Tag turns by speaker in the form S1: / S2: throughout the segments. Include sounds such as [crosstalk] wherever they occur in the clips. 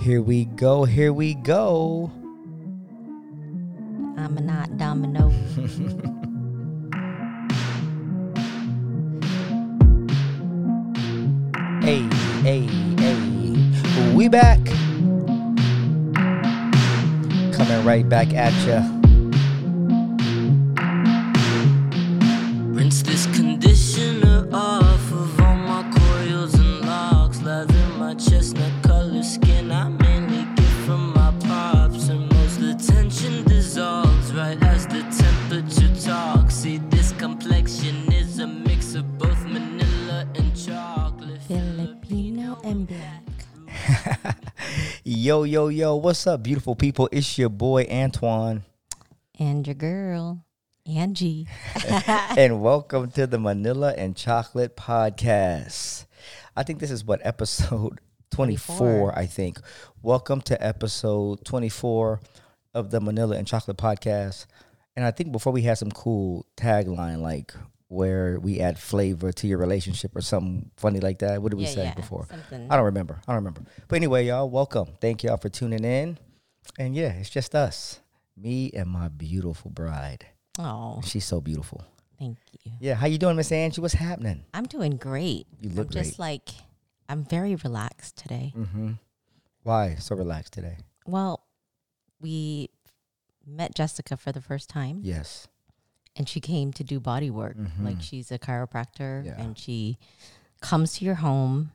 S1: Here we go. Here we go.
S2: I'm
S1: [laughs]
S2: not domino.
S1: Hey, hey, hey. We back. Coming right back at ya.
S3: Rinse this conditioner off of all my coils and locks. Lather my chestnut color skin. I mainly get from my pops. And most of the tension dissolves right as the temperature talks. See, this complexion is a mix of both manila and chocolate.
S2: Filipino and black.
S1: Yo, yo, yo. What's up, beautiful people? It's your boy Antoine.
S2: And your girl, Angie.
S1: and welcome to the Manila and Chocolate Podcast. I think this is what episode [laughs] 24,
S2: 24.
S1: I think. Welcome to episode 24 of the Manila and Chocolate Podcast. And I think before we had some cool tagline like where we add flavor to your relationship or something funny like that. What did we say before?
S2: Something.
S1: I don't remember. I don't remember. But anyway, y'all, welcome. Thank y'all for tuning in. And yeah, it's just us. Me and my beautiful bride.
S2: Oh,
S1: She's so beautiful.
S2: thank you.
S1: Yeah, how you doing, Miss Angie? What's happening?
S2: I'm doing great.
S1: You look
S2: I'm just like, I'm very relaxed today.
S1: Why so relaxed today?
S2: Well, we met Jessica for the first time.
S1: Yes.
S2: and she came to do body work. Like she's a chiropractor
S1: Mm-hmm. Yeah.
S2: and she comes to your home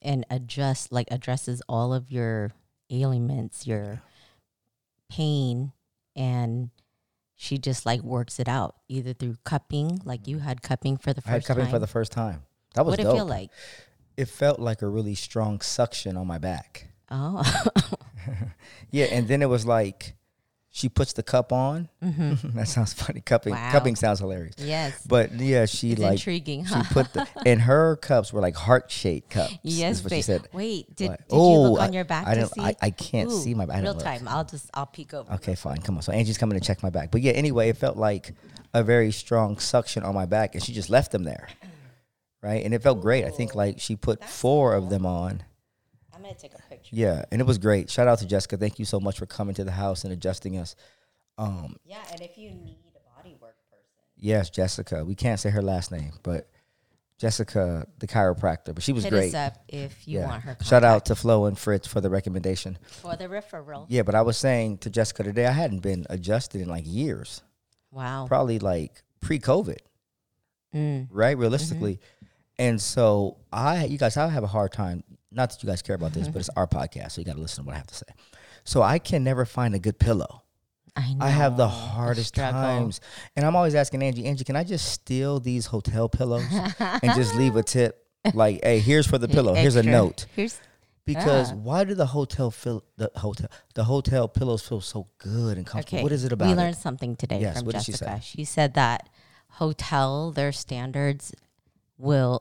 S2: and adjusts like addresses all of your ailments, your pain and she just like works it out either through cupping, like you had cupping for the first
S1: Mm-hmm. I had cupping
S2: time.
S1: for the first time. That was
S2: what
S1: dope.
S2: it feel like?
S1: It felt like a really strong suction on my back.
S2: Oh, [laughs]
S1: Yeah, and then it was like she puts the cup on. [laughs] that sounds funny. Cupping
S2: Mm-hmm. Wow.
S1: cupping sounds hilarious.
S2: yes.
S1: But yeah, she
S2: it's
S1: like
S2: intriguing,
S1: she
S2: huh?
S1: put the and her cups were like heart shaped cups.
S2: [laughs] Yes,
S1: is what she
S2: babe.
S1: said.
S2: Wait, did,
S1: Like,
S2: did you look
S1: oh,
S2: on your back
S1: I
S2: to
S1: don't-
S2: see?
S1: I- I can't see my back. I
S2: Real
S1: don't look.
S2: time. I'll just I'll peek over.
S1: Okay, fine. Come on. So Angie's coming to check my back. But yeah, anyway, it felt like a very strong suction on my back, and she just left them there. Right? And it felt great. I think like she put four of them on.
S2: I'm gonna take a picture.
S1: Yeah. And it was great. Shout out to Jessica. Thank you so much for coming to the house and adjusting us.
S2: Yeah, and if you need a body work person.
S1: Yes, Jessica. We can't say her last name, but Jessica, the chiropractor. But she was
S2: hit
S1: great.
S2: us up if you
S1: Yeah.
S2: want her contact
S1: Shout out to Flo and Fritz for the recommendation.
S2: for the referral.
S1: Yeah, but I was saying to Jessica today, I hadn't been adjusted in like years.
S2: Wow. Mm.
S1: probably like pre-COVID,
S2: Mm-hmm.
S1: right? Realistically, and so I, you guys, I have a hard time. Not that you guys care about this, but it's our podcast, so you got to listen to what I have to say. So I can never find a good pillow.
S2: I know.
S1: I have the hardest
S2: struggle.
S1: times, and I'm always asking Angie, Angie, can I just steal these hotel pillows and just leave a tip? Like, hey, here's
S2: [laughs]
S1: for the pillow. Here's a
S2: Extra. Ah.
S1: note.
S2: Here's
S1: Because
S2: Yeah.
S1: why do the hotel feel the hotel the hotel pillows feel so good and comfortable?
S2: okay.
S1: What is it about?
S2: We
S1: it?
S2: learned something today
S1: Yes,
S2: from
S1: what did she
S2: Jessica. She, said that hotel their standards will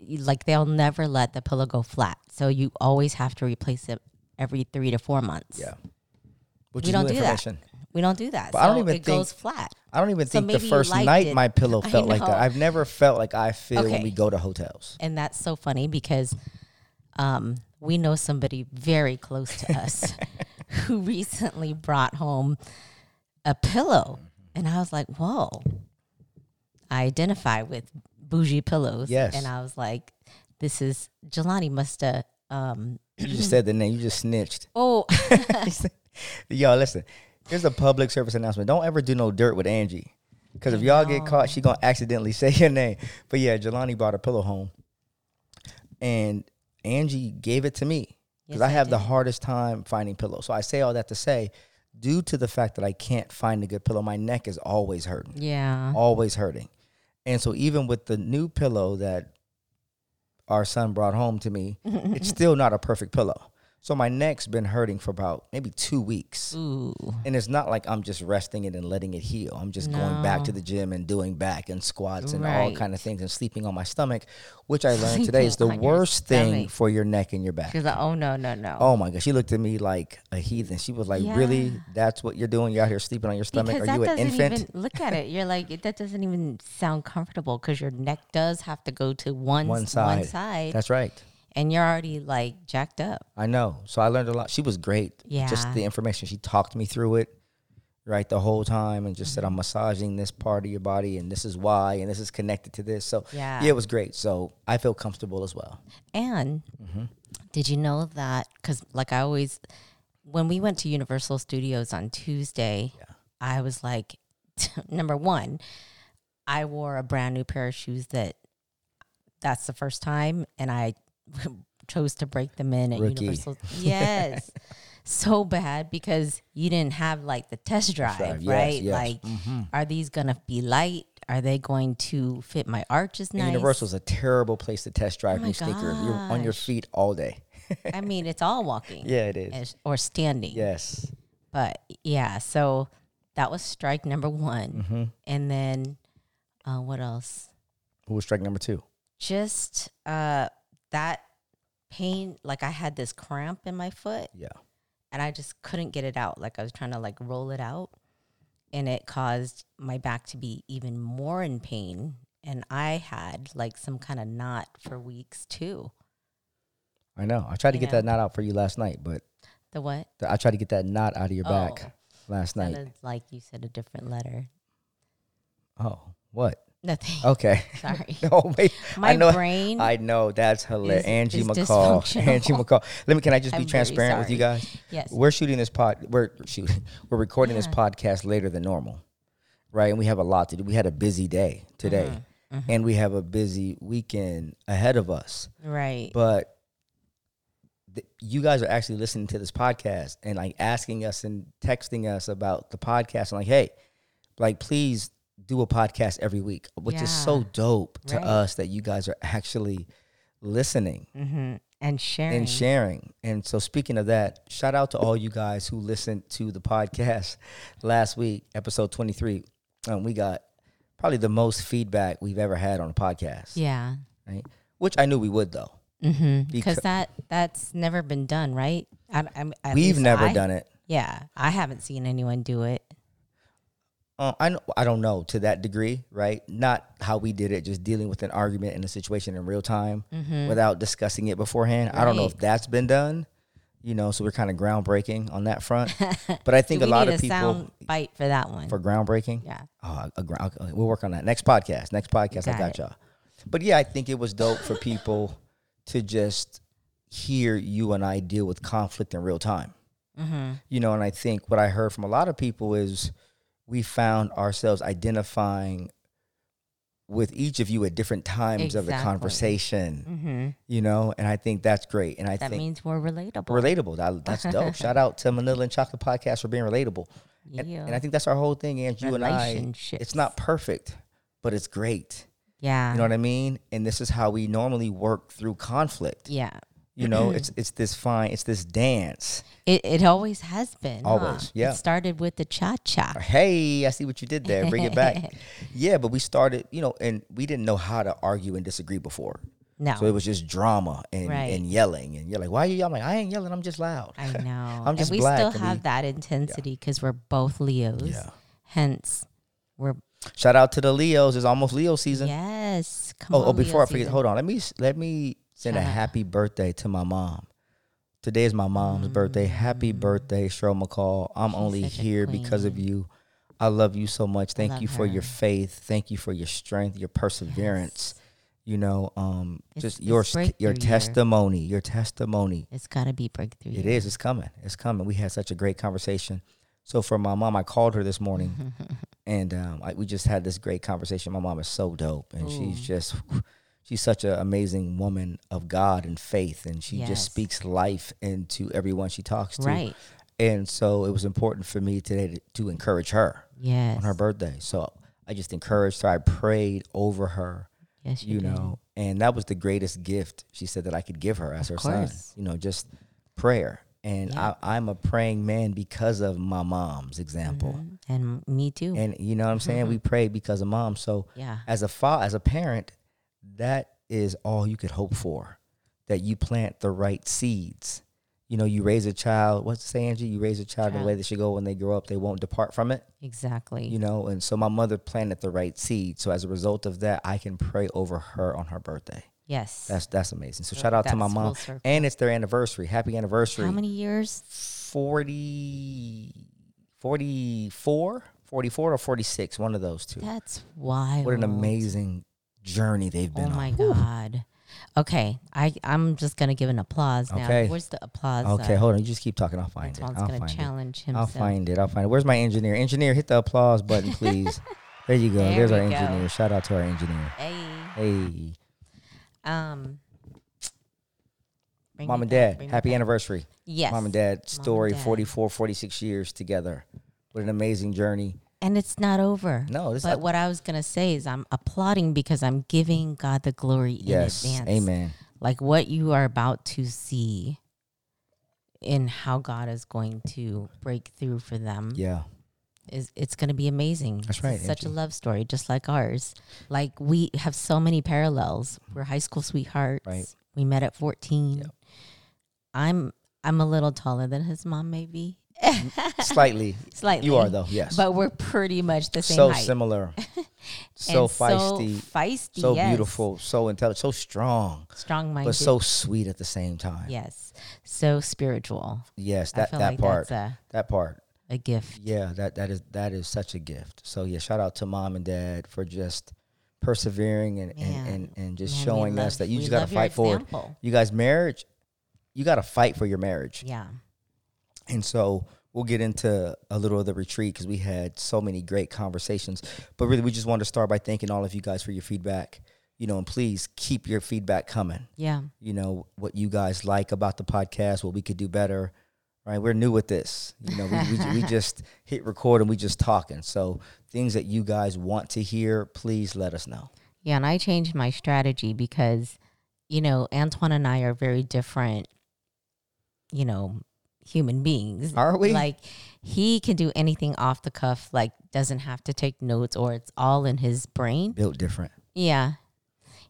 S2: like they'll never let the pillow go flat. So you always have to replace it every 3 to 4 months.
S1: Yeah. Which
S2: We
S1: is
S2: don't
S1: new
S2: do that.
S1: information.
S2: We don't do that.
S1: But
S2: so
S1: I don't even
S2: it goes flat.
S1: I don't even
S2: So
S1: think the
S2: maybe you
S1: first
S2: liked
S1: night
S2: it.
S1: my pillow
S2: [laughs] I
S1: felt like that.
S2: know.
S1: I've never felt like I feel when
S2: Okay.
S1: we go to hotels.
S2: and that's so funny because um, we know somebody very close to
S1: [laughs]
S2: us who recently brought home a pillow,
S1: Mm-hmm.
S2: and I was like, "Whoa!" I identify with bougie pillows,
S1: Yes.
S2: and I was like, "This is Jelani must have."
S1: [laughs]
S2: Um,
S1: You just said the name. You just snitched. [laughs]
S2: [laughs] oh,
S1: Y'all, listen. Here's a public service announcement. Don't ever do no dirt with Angie, because if y'all get caught, she gonna accidentally [laughs] say your name. But yeah, Jelani brought a pillow home, and Angie gave it to me because
S2: Yes,
S1: I
S2: I
S1: have the
S2: did.
S1: hardest time finding pillows. So I say all that to say, due to the fact that I can't find a good pillow, my neck is always hurting.
S2: yeah,
S1: always hurting. And so even with the new pillow that our son brought home to me, it's
S2: Mm.
S1: still not a perfect pillow. So my neck's been hurting for about maybe two weeks. [laughs]
S2: [laughs] ooh,
S1: And it's not like I'm just resting it and letting it heal. I'm just going back to the gym and doing back and squats and all
S2: Right.
S1: kind of things and sleeping on my stomach, which I
S2: [laughs]
S1: learned today is the
S2: Sleeping on your
S1: worst thing
S2: stomach.
S1: for your neck and your back.
S2: she's like, "Oh no, no, no."
S1: Oh my gosh, she looked at me like a heathen. She was like, "Really?
S2: Yeah.
S1: That's what you're doing? You're out here sleeping on your stomach?
S2: Because
S1: Are you an
S2: that doesn't
S1: infant?"
S2: Even, look at it. You're like it- that doesn't even sound comfortable because your neck does have to go to one s-
S1: one side.
S2: One side.
S1: That's right.
S2: and you're already like jacked up.
S1: I know. So I learned a lot. She was great. Just
S2: Yeah.
S1: the information. She talked me through it, right, the whole time and just said,
S2: Mm-hmm.
S1: I'm massaging this part of your body and this is why and this is connected to this. So
S2: Yeah.
S1: it was great. So I feel comfortable as well.
S2: And
S1: Mm-hmm.
S2: did you know that? Because, like, I always, when we went to Universal Studios on Tuesday, I was like, [laughs] number one, I wore a brand new pair of shoes that that's the first time, and I [laughs] chose to break them in at
S1: Rookie.
S2: Universal.
S1: [laughs]
S2: Yes. so bad because you didn't have like the test drive,
S1: drive, yes,
S2: right?
S1: yes. Mm-hmm.
S2: Like, are these going to be light? Are they going to fit my arches
S1: And
S2: nice? Oh
S1: Universal's a terrible place to test drive
S2: my
S1: new sneakers. You're on your
S2: gosh.
S1: feet all day. [laughs]
S2: I mean, it's all walking.
S1: Yeah, it is.
S2: is- or standing.
S1: Yes.
S2: But yeah, so that was strike number one.
S1: Mm-hmm.
S2: And then uh, what else?
S1: Who was strike number two?
S2: Just uh, that pain. Like I had this cramp in my foot
S1: Yeah.
S2: and I just couldn't get it out. Like I was trying to like roll it out and it caused my back to be even more in pain. And I had like some kind of knot for weeks too.
S1: I know. I tried to
S2: I
S1: get
S2: know.
S1: that knot out for you last night, but
S2: The what?
S1: th- I tried to get that knot out of your
S2: Oh.
S1: back last night.
S2: Sounded like you said a different letter.
S1: Oh, what?
S2: Nothing.
S1: Okay. [laughs]
S2: Sorry.
S1: no, wait.
S2: [laughs] My
S1: I know.
S2: brain
S1: I know that's hilarious.
S2: is-
S1: Angie
S2: is
S1: McCall. [laughs]
S2: dysfunctional.
S1: Angie McCall. Let me. Can I just be
S2: I'm very
S1: transparent with you
S2: sorry.
S1: guys?
S2: Yes.
S1: We're shooting this pod. We're shooting. We're recording this
S2: Yeah.
S1: podcast later than normal, right? And we have a lot to do. We had a busy day today,
S2: Mm-hmm.
S1: and we have a busy weekend ahead of us.
S2: Right.
S1: But th- you guys are actually listening to this podcast and like asking us and texting us about the podcast and like, hey, like please do a podcast every week, which is so
S2: Yeah.
S1: dope to
S2: Right.
S1: us that you guys are actually listening
S2: mm-hmm. And sharing.
S1: and sharing. And so, speaking of that, shout out to all you guys who listened to the podcast [laughs] last week, episode 23. Um, we got probably the most feedback we've ever had on a podcast,
S2: yeah.
S1: right? Which I knew we would though.
S2: Mm-hmm.
S1: Because-
S2: Because that that's never been done, right? I, I'm, at
S1: We've
S2: least
S1: never
S2: I-
S1: done it.
S2: Yeah, I haven't seen anyone do it.
S1: Uh, I know, I don't know to that degree, right? Not how we did it, just dealing with an argument and a situation in real time without discussing it beforehand. I don't know if
S2: Mm-hmm. Right.
S1: that's been done, you know. So we're kind of groundbreaking on that
S2: [laughs]
S1: front. but I think
S2: Do
S1: a
S2: we
S1: lot
S2: need
S1: of
S2: a
S1: people
S2: sound bite for that one.
S1: for groundbreaking.
S2: yeah.
S1: Oh, a gr- okay, we'll work on that next podcast. Next podcast, I
S2: Got
S1: got
S2: it.
S1: y'all. But yeah, I think it was dope for people to just hear you and I deal with conflict in real time.
S2: Mm-hmm.
S1: You know, and I think what I heard from a lot of people is we found ourselves identifying with each of you at different times of the
S2: Exactly.
S1: conversation.
S2: Mm-hmm.
S1: You know, and I think that's great. And I
S2: That
S1: think
S2: means we're relatable.
S1: relatable. That, that's
S2: [laughs]
S1: dope. Shout out to Manila and Chocolate Podcast for being relatable.
S2: yeah.
S1: And, and I think that's our whole thing, and you and I. It's
S2: Relationships.
S1: not perfect, but it's great.
S2: yeah.
S1: You know what I mean? And this is how we normally work through conflict.
S2: yeah.
S1: You know, it's it's this fine, it's this dance.
S2: It it always has been. huh?
S1: Always, yeah.
S2: It started with the cha cha.
S1: Hey, I see what you did there. Bring it
S2: [laughs]
S1: back. yeah, but we started, you know, and we didn't know how to argue and disagree before.
S2: No.
S1: So it was just drama and,
S2: Right.
S1: and yelling. And you're like, why are you yelling? I ain't yelling, I'm just loud. [laughs]
S2: I know.
S1: I'm just
S2: and we
S1: black
S2: still
S1: and
S2: have
S1: we-
S2: that intensity because we're both Leos.
S1: Yeah.
S2: Hence, we're
S1: Shout out to the Leos. It's almost Leo season.
S2: yes. Come
S1: Oh,
S2: on,
S1: oh before
S2: Leo
S1: I forget,
S2: season.
S1: hold on. Let me let me send a
S2: Shout out.
S1: happy birthday to my mom. Today is my mom's birthday. Happy birthday, Cheryl McCall. I'm only
S2: Mm. such a
S1: here because of you. I love you so much. Thank
S2: love
S1: you for your
S2: her.
S1: faith. Thank you for your strength, your perseverance. You know, um,
S2: It's-
S1: just
S2: it's
S1: your st-
S2: breakthrough
S1: your
S2: year.
S1: testimony, your testimony.
S2: It's got to be breakthrough.
S1: It is. It's coming. It's coming. We had such a great conversation. So for my mom, I called her this
S2: [laughs]
S1: morning, and um, I, we just had this great conversation. My mom is so dope, and she's just she's such an amazing woman of God and faith, and she
S2: Yes.
S1: just speaks life into everyone she talks to.
S2: Right.
S1: And so it was important for me today to, to encourage her
S2: Yes.
S1: on her birthday. So I just encouraged her. I prayed over her
S2: yes,
S1: you
S2: did.
S1: know and that was the greatest gift she said that i could give her as her
S2: Of
S1: son
S2: course.
S1: you know just prayer and
S2: Yeah.
S1: I, i'm a praying man because of my mom's example
S2: Mhm. And me too.
S1: and you know what i'm saying
S2: Mm-hmm.
S1: we pray because of mom so
S2: yeah.
S1: as a fa- as a parent that is all you could hope for that you plant the right seeds you know you raise a child what's it say angie you raise a child in the
S2: Child.
S1: way they should go when they grow up they won't depart from it
S2: Exactly.
S1: you know and so my mother planted the right seed so as a result of that i can pray over her on her birthday
S2: Yes.
S1: That's that's amazing. So shout out to my
S2: That's full
S1: mom,
S2: circle.
S1: and it's their anniversary. Happy anniversary.
S2: How many years?
S1: 40, 44, 44 or 46, one of those two.
S2: That's wild.
S1: What an amazing journey they've
S2: Oh
S1: been
S2: my
S1: on.
S2: God. Okay. I, I'm just going to give an applause now.
S1: Okay.
S2: Where's the applause?
S1: Okay,
S2: uh,
S1: hold on. You just keep talking. I'll find it.
S2: Antoine's
S1: I'll
S2: going
S1: find
S2: to
S1: it.
S2: challenge
S1: I'll
S2: himself.
S1: find it. I'll find it. Where's my engineer? Engineer, hit the applause
S2: [laughs]
S1: button, please. there you go.
S2: There
S1: There's our
S2: we go.
S1: engineer. Shout out to our engineer.
S2: Hey.
S1: Hey,
S2: Um, bring
S1: mom
S2: me
S1: and
S2: back,
S1: dad,
S2: bring me
S1: happy
S2: back.
S1: anniversary.
S2: Yes.
S1: Mom and dad story
S2: dad.
S1: 44, 46 years together. What an amazing journey.
S2: And it's not over.
S1: No, this
S2: But what I was going to say is I'm applauding because I'm giving God the glory
S1: yes.
S2: in advance.
S1: Amen.
S2: Like what you are about to see in how God is going to break through for them
S1: Yeah.
S2: is it's going to be amazing.
S1: That's
S2: It's
S1: right,
S2: Such a
S1: Angie.
S2: love story just like ours. Like we have so many parallels. We're high school sweethearts.
S1: Right.
S2: We met at 14. I'm I'm a little taller than his mom maybe.
S1: Slightly.
S2: Slightly.
S1: You are though, yes.
S2: But we're pretty much the same
S1: so
S2: height. [laughs]
S1: similar, so
S2: And
S1: feisty,
S2: So feisty.
S1: so
S2: yes.
S1: beautiful, so intelligent, so strong,
S2: Strong minded.
S1: but so sweet at the same time.
S2: yes. So spiritual.
S1: Yes,
S2: I
S1: that
S2: feel
S1: that
S2: like
S1: part,
S2: that's
S1: that part.
S2: a, a gift.
S1: Yeah, that that is that is such a gift. So yeah, shout out to mom and dad for just persevering and
S2: Man.
S1: and, and, and just
S2: Man, we
S1: showing us
S2: love-
S1: that you
S2: we
S1: just got to
S2: love your
S1: fight forward.
S2: example.
S1: You guys, marriage, you got to fight for your marriage.
S2: Yeah.
S1: And so we'll get into a little of the retreat because we had so many great conversations. But really, we just wanted to start by thanking all of you guys for your feedback. You know, and please keep your feedback coming.
S2: Yeah.
S1: You know, what you guys like about the podcast, what we could do better. Right, we're new with this. You know, we, we, we just [laughs] hit record and we just talking. So things that you guys want to hear, please let us know.
S2: Yeah, and I changed my strategy because, you know, Antoine and I are very different, you know, human beings.
S1: Are we?
S2: Like, he can do anything off the cuff, like, doesn't have to take notes or it's all in his brain.
S1: Built different.
S2: Yeah.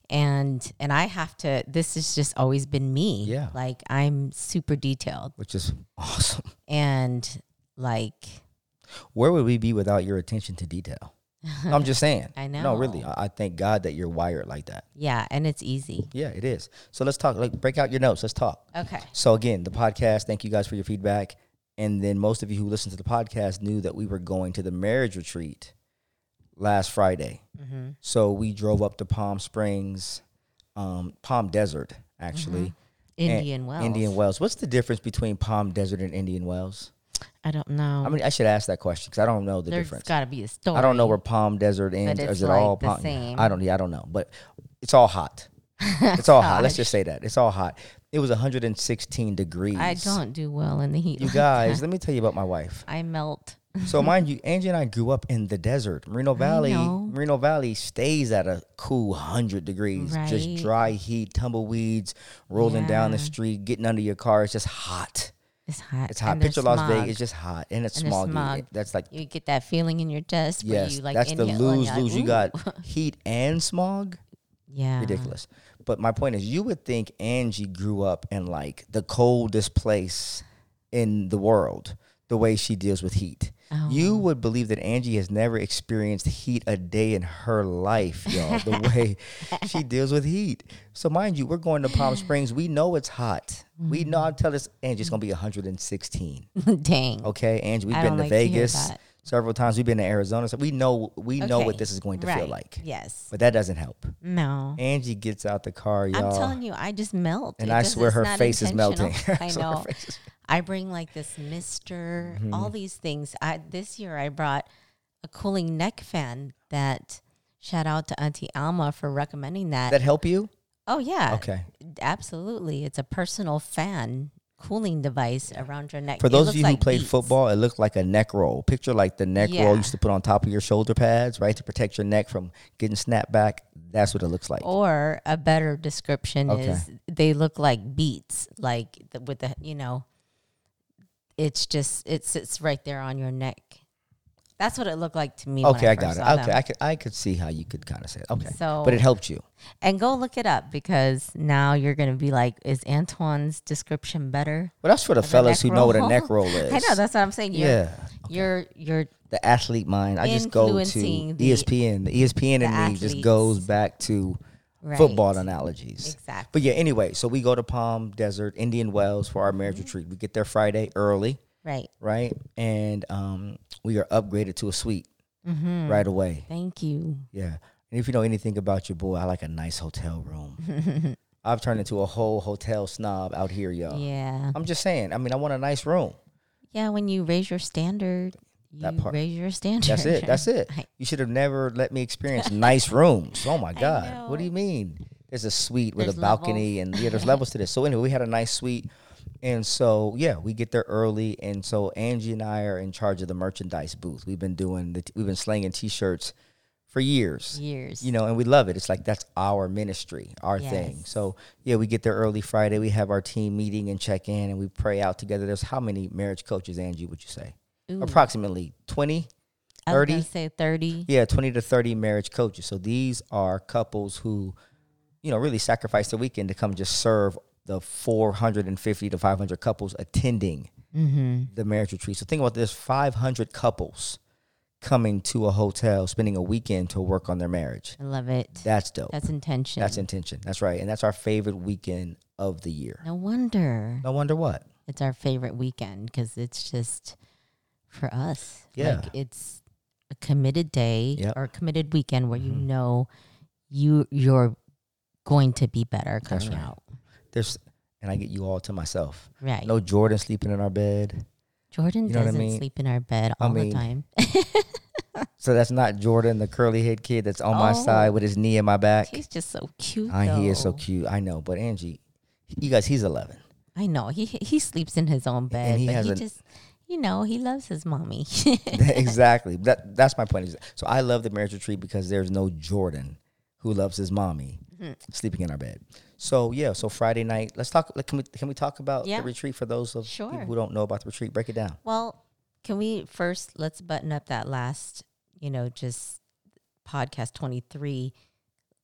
S2: And and I have to this has just always been me.
S1: Yeah.
S2: Like I'm super detailed
S1: Which is awesome. [laughs]
S2: and like [laughs]
S1: Where would we be without your attention to detail? I'm just saying.
S2: I
S1: No, really.
S2: know.
S1: I, I thank God that you're wired like that.
S2: yeah, and it's easy.
S1: Yeah, it is. So let's talk. Like, break out your notes. Let's talk.
S2: Okay.
S1: So again, the podcast. Thank you guys for your feedback. And then most of you who listened to the podcast knew that we were going to the marriage retreat last Friday.
S2: Mm-hmm.
S1: So we drove up to Palm Springs, um, Palm Desert, actually. and-
S2: Mm-hmm. Indian Wells.
S1: Indian Wells. What's the difference between Palm Desert and Indian Wells?
S2: I don't know.
S1: I mean, I should ask that question because I don't know the
S2: Um, There's
S1: difference.
S2: gotta be a story.
S1: I don't know where Palm Desert ends. Or
S2: Oh. it's
S1: is it all
S2: like the
S1: Palm?
S2: same.
S1: I don't. Yeah, I don't know. But it's all hot. It's all hot. Let's just say that it's all hot. It was 116 degrees.
S2: I don't do well in the heat.
S1: You
S2: like
S1: guys,
S2: that.
S1: let me tell you about my wife.
S2: [laughs] I melt.
S1: So mind you, Angie and I grew up in the desert. Merino Valley,
S2: know.
S1: Merino Valley stays at a cool 100 degrees. Just
S2: Right.
S1: dry heat, tumbleweeds rolling down the
S2: Yeah.
S1: street, getting under your car. It's just hot.
S2: It's hot.
S1: It's hot.
S2: and there's
S1: Picture Las
S2: smog.
S1: Vegas, it's just hot. And it's
S2: And there's
S1: smoggy.
S2: smog.
S1: That's like
S2: You get that feeling in your chest where
S1: Yes,
S2: you like
S1: that's the
S2: inhale and
S1: lose
S2: you're like,
S1: lose. You
S2: "Ooh." Uh-huh.
S1: got
S2: [laughs]
S1: heat and smog.
S2: yeah.
S1: Ridiculous. But my point is, you would think Angie grew up in like the coldest place in the world, the way she deals with heat.
S2: Oh.
S1: You would believe that Angie has never experienced heat a day in her life, y'all, the
S2: [laughs]
S1: way she deals with heat. So, mind you, we're going to
S2: [sighs]
S1: Palm Springs. We know it's hot. We
S2: Mm-hmm.
S1: know, I tell this, Angie, it's going to be 116.
S2: [laughs] Dang.
S1: Okay, Angie, we've
S2: I
S1: been
S2: don't
S1: to
S2: like to hear
S1: Vegas
S2: that.
S1: several times. We've been to Arizona, so we know we know what
S2: Okay.
S1: this is going to feel
S2: Right.
S1: like.
S2: Yes.
S1: But that doesn't help.
S2: No.
S1: Angie gets out the car, y'all.
S2: I'm telling you, I just melt.
S1: And
S2: It
S1: I
S2: does-
S1: swear
S2: it's
S1: her
S2: not
S1: face is melting. [laughs]
S2: intentional. I
S1: So her
S2: know.
S1: face Mm-hmm. is-
S2: I bring like this mister, all these things. I this year I brought a cooling neck fan that shout out to Auntie Alma for recommending that.
S1: that help you?
S2: oh yeah.
S1: Okay.
S2: Absolutely. It's a personal fan cooling device around your neck.
S1: For
S2: It
S1: those of
S2: looks
S1: you who
S2: like
S1: played
S2: Beats.
S1: football, it looked like a neck roll. Picture like the neck roll
S2: Yeah.
S1: you used to put on top of your shoulder pads, right, to protect your neck from getting snapped back. That's what it looks
S2: Oh,
S1: like.
S2: Or a better description
S1: Okay.
S2: is they look like beats, like the, with the you know, it's just it sits right there on your neck. That's what it looked like to me.
S1: okay,
S2: when I,
S1: I got
S2: first
S1: it.
S2: saw
S1: Okay,
S2: them.
S1: I could I could see how you could kind of say it. Okay,
S2: So-
S1: but it helped you.
S2: and go look it up because now you're gonna be like, is Antoine's description better?
S1: Well, that's for the
S2: a
S1: fellas who
S2: neck
S1: know what a
S2: roll?
S1: neck roll is.
S2: [laughs] I know that's what I'm saying. You're,
S1: yeah.
S2: you're you're
S1: the athlete mind. I just go to E
S2: Influencing the-
S1: ESPN. The ESPN in me just
S2: athletes.
S1: goes back to
S2: Right.
S1: football analogies.
S2: Exactly.
S1: But yeah, anyway, so we go to Palm Desert, Indian Wells for our
S2: Mm-hmm.
S1: marriage retreat. We get there Friday early,
S2: Right.
S1: right? And um, we are upgraded to a suite
S2: Mm-hmm.
S1: right away.
S2: Thank you.
S1: Yeah. And if you know anything about your boy, I like a nice hotel room.
S2: [laughs]
S1: I've turned into a whole hotel snob out here, y'all.
S2: Yeah.
S1: I'm just saying. I mean, I want a nice room.
S2: Yeah. When you raise your standard, you
S1: That part.
S2: raise your standard.
S1: That's it. That's
S2: [laughs]
S1: it.
S2: I-
S1: You should have never let me experience nice rooms. Oh my God. What do
S2: know.
S1: you mean? There's a suite with
S2: There's
S1: a balcony and yeah, there's levels to this. So anyway, we had a nice suite. And so yeah, we get there early. And so Angie and I are in charge of the merchandise booth. We've been doing the t- we've been slinging t-shirts for years.
S2: Years.
S1: You know, and we love it. It's like that's our ministry, our thing.
S2: Yes.
S1: So yeah, we get there early Friday. We have our team meeting and check in and we pray out together. There's how many marriage coaches, Angie, would you say?
S2: Ooh,
S1: Approximately 20.
S2: I was
S1: 30?
S2: gonna say thirty.
S1: Yeah, 20 to 30 marriage coaches. So these are couples who, you know, really sacrifice their weekend to come just serve the 450 to 500 couples attending the marriage retreat. So think about this 500 couples coming to a hotel, spending a weekend to work on their marriage.
S2: I love it.
S1: That's dope.
S2: That's intention.
S1: That's intention. That's right. And that's our favorite weekend of the year.
S2: no wonder
S1: No wonder what.
S2: it's our favorite weekend because it's just for us.
S1: Yeah.
S2: Like it's a committed day
S1: Yep. Mm-hmm.
S2: or a committed weekend where you know you you're going to be better
S1: That's
S2: coming
S1: right.
S2: out.
S1: There's, and I get you all to myself.
S2: Right.
S1: No Jordan sleeping in our bed.
S2: Jordan
S1: you know what I
S2: doesn't
S1: mean?
S2: sleep in our bed
S1: I
S2: all
S1: mean,
S2: the time. [laughs]
S1: So that's not Jordan, the curly head kid that's on my
S2: Oh.
S1: side with his knee in my back.
S2: He's just so cute.
S1: I, Ah, he is so
S2: though.
S1: cute. I know, but Angie, you guys, he's 11.
S2: I know he he sleeps in his own bed,
S1: he
S2: but
S1: has
S2: he
S1: an-
S2: just you know he loves his mommy.
S1: [laughs]
S2: [laughs]
S1: exactly. That that's my point. So I love the marriage retreat because there's no Jordan who loves his mommy
S2: Mm-hmm.
S1: sleeping in our bed. So yeah. So Friday night, let's talk. like, Can we can we talk about
S2: Yeah.
S1: the retreat for those of people
S2: Sure.
S1: who don't know about the retreat? Break it down.
S2: well, can we first let's button up that last you know just podcast twenty three,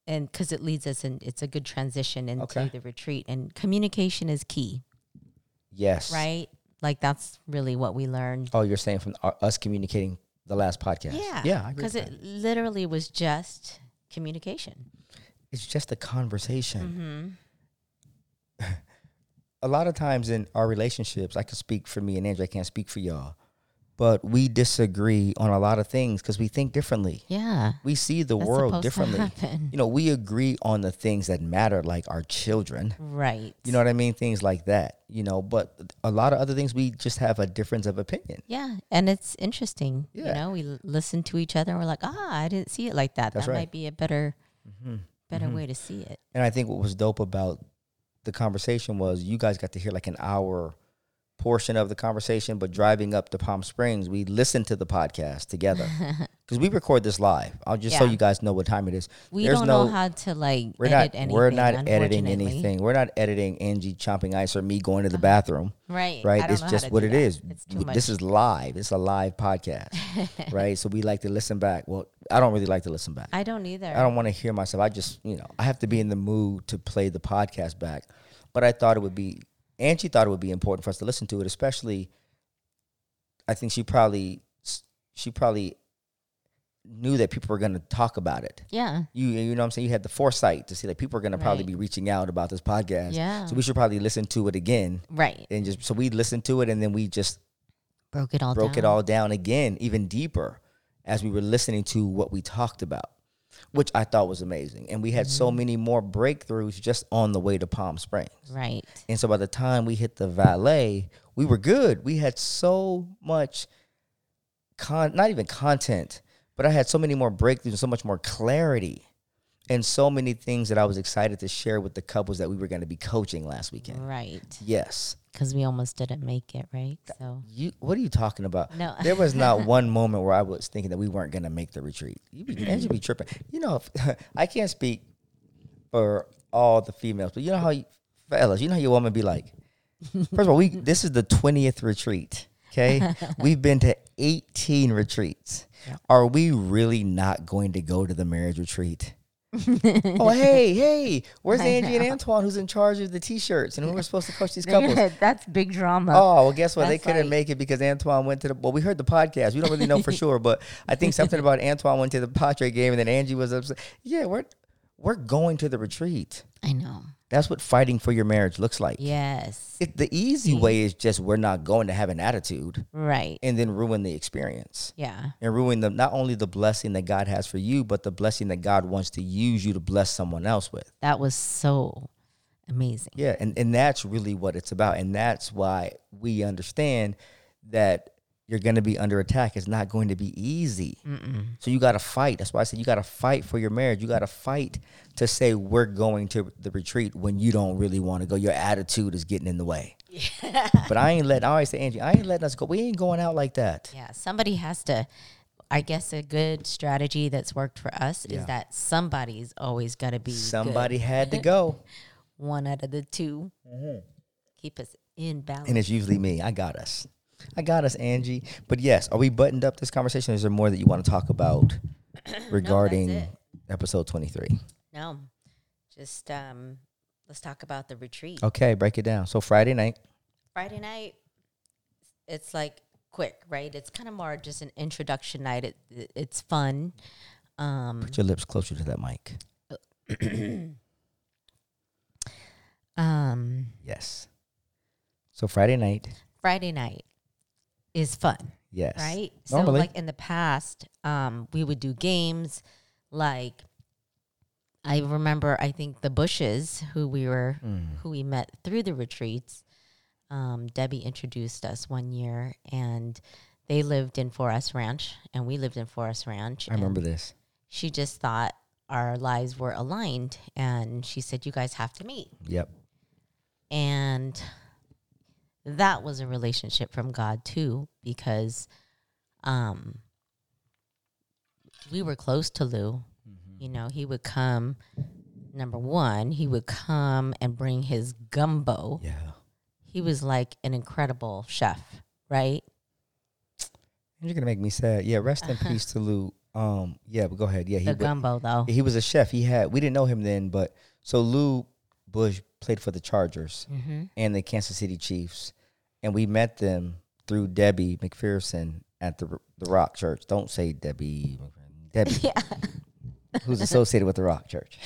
S2: and because it leads us and it's a good transition into
S1: Okay.
S2: the retreat and communication is key,
S1: Yes.
S2: right? Like that's really what we learned.
S1: Oh, you're saying from our, us communicating the last podcast.
S2: Yeah,
S1: Yeah. I agree
S2: because
S1: with
S2: it
S1: that.
S2: literally was just communication. Mm-hmm.
S1: it's just a conversation. a lot of times in our relationships, I can speak for me and Andrew, I can't speak for y'all, but we disagree on a lot of things because we think differently.
S2: Yeah,
S1: We see the
S2: That's
S1: world
S2: supposed to
S1: differently.
S2: happen.
S1: You know, we agree on the things that matter, like our children.
S2: right.
S1: You know what I mean? Things like that, you know, but a lot of other things we just have a difference of opinion.
S2: Yeah, and it's interesting.
S1: Yeah.
S2: You know, we l- listen to each other and we're like, ah, I didn't see it like that.
S1: That's
S2: that
S1: right. Mm-hmm.
S2: might be a better, better way to see it.
S1: And I think what was dope about the conversation was you guys got to hear like an hour portion of the conversation, but driving up to Palm Springs, we listened to the podcast
S2: [laughs]
S1: together because we record this live. I'll just so
S2: Yeah.
S1: you guys know what time it is.
S2: We
S1: There's
S2: don't
S1: no-
S2: know how to like
S1: We're
S2: edit
S1: not.
S2: anything.
S1: we're not editing
S2: unfortunately.
S1: anything. We're not editing Angie chomping ice or me going to the bathroom.
S2: Right. I
S1: Right.
S2: don't
S1: It's
S2: know how
S1: just
S2: to
S1: what
S2: do
S1: it
S2: that.
S1: is.
S2: It's too
S1: W-
S2: much.
S1: This is live. It's a live podcast.
S2: [laughs]
S1: right. So we like to listen back. Well, I don't really like to listen back.
S2: I don't either.
S1: I don't want to hear myself. I just, you know, I have to be in the mood to play the podcast back. But I thought it would be, and she thought it would be important for us to listen to it, especially. I think she probably, she probably knew that people were going to talk about it.
S2: yeah.
S1: You, you know what I'm saying? You had the foresight to see that people are going to probably
S2: Right.
S1: be reaching out about this podcast.
S2: Yeah.
S1: So we should probably listen to it again
S2: Right.
S1: and just so we listened to it and then we just
S2: Broke it all
S1: broke
S2: down.
S1: it all down again, even deeper, as we were listening to what we talked about, which I thought was amazing. And we had so
S2: Mm-hmm.
S1: many more breakthroughs just on the way to Palm Springs.
S2: Right.
S1: And so by the time we hit the valet, we were good. We had so much con not even content, but I had so many more breakthroughs and so much more clarity. And so many things that I was excited to share with the couples that we were going to be coaching last weekend.
S2: Mm-hmm. Right.
S1: Yes.
S2: Because we almost didn't make it. Right. So
S1: You what are you talking about?
S2: No.
S1: there was not one moment where I was thinking that we weren't gonna make the retreat. You be, and you be tripping. You know, [laughs] if, I can't speak for all the females, but you know how you, fellas, you know how your woman be like. First of all, we this is the twentieth retreat. Okay, we've been to eighteen retreats. Are we really not going to go to the marriage retreat? oh hey hey, where's Angie and Antoine, who's in charge of the t-shirts, and we're supposed to coach these couples?
S2: [laughs] that's big drama.
S1: Oh well, guess what? They
S2: That's
S1: couldn't
S2: like-
S1: make it because Antoine went to the. Well, we heard the podcast. We don't
S2: [laughs]
S1: really know for sure, but I think something about Antoine went to the Padre game, and then Angie was upset. Yeah, we're We're going to the retreat.
S2: I know.
S1: That's what fighting for your marriage looks like.
S2: Yes.
S1: It, the easy
S2: Mm-hmm.
S1: way is just we're not going to have an attitude
S2: Right.
S1: and then ruin the experience
S2: Yeah.
S1: and ruin the not only the blessing that God has for you, but the blessing that God wants to use you to bless someone else with.
S2: That was so amazing.
S1: Yeah, and, and that's really what it's about. And that's why we understand that you're going to be under attack. It's not going to be easy. So you got to fight. That's why I said you got to fight for your marriage. You got to fight to say, we're going to the retreat when you don't really want to go. Your attitude is getting in the way.
S2: [laughs]
S1: but I ain't letting, I always say, Angie, I ain't letting us go. We ain't going out like that.
S2: Yeah. Somebody has to, I guess, a good strategy that's worked for us
S1: Yeah.
S2: is that somebody's always got to be good.
S1: Somebody had to go.
S2: one out of the 2 Keep us in balance.
S1: Mm-hmm. And it's usually me. I got us. I got us, Angie. But yes, are we buttoned up this conversation? Is there more that you want to talk
S2: [coughs]
S1: about regarding
S2: it.
S1: episode 23?
S2: no, just um, let's talk about the retreat.
S1: Okay, break it down. So Friday night.
S2: Friday night, it's like quick, right? It's kind of more just an introduction night. It, it it's fun. Um,
S1: Put your lips closer to that mic.
S2: um,
S1: Yes. So Friday night.
S2: Friday night is fun.
S1: Yes.
S2: right?
S1: Normally.
S2: So like in the past, um, we would do games like I remember I think the Bushes who we were
S1: Mm.
S2: who we met through the retreats. Um, Debbie introduced us one year and they lived in Forest Ranch and we lived in Forest Ranch.
S1: I remember this.
S2: She just thought our lives were aligned and she said, You guys have to meet
S1: Yep.
S2: and that was a relationship from God too because um we were close to Lou.
S1: Mm-hmm.
S2: You know, he would come number 1, he would come and bring his gumbo.
S1: Yeah.
S2: He was like an incredible chef, right?
S1: You're gonna make me sad. Yeah. Rest
S2: [laughs]
S1: in peace to Lou. Um. Yeah. But go ahead. Yeah. He
S2: The
S1: wa-
S2: gumbo though.
S1: he was a chef. He had we didn't know him then, but so Lou Bush played for the Chargers and the Kansas City Chiefs, and we met them through Debbie McPherson at the the Rock Church. Don't say Debbie, McPherson. Debbie, who's associated with the Rock Church.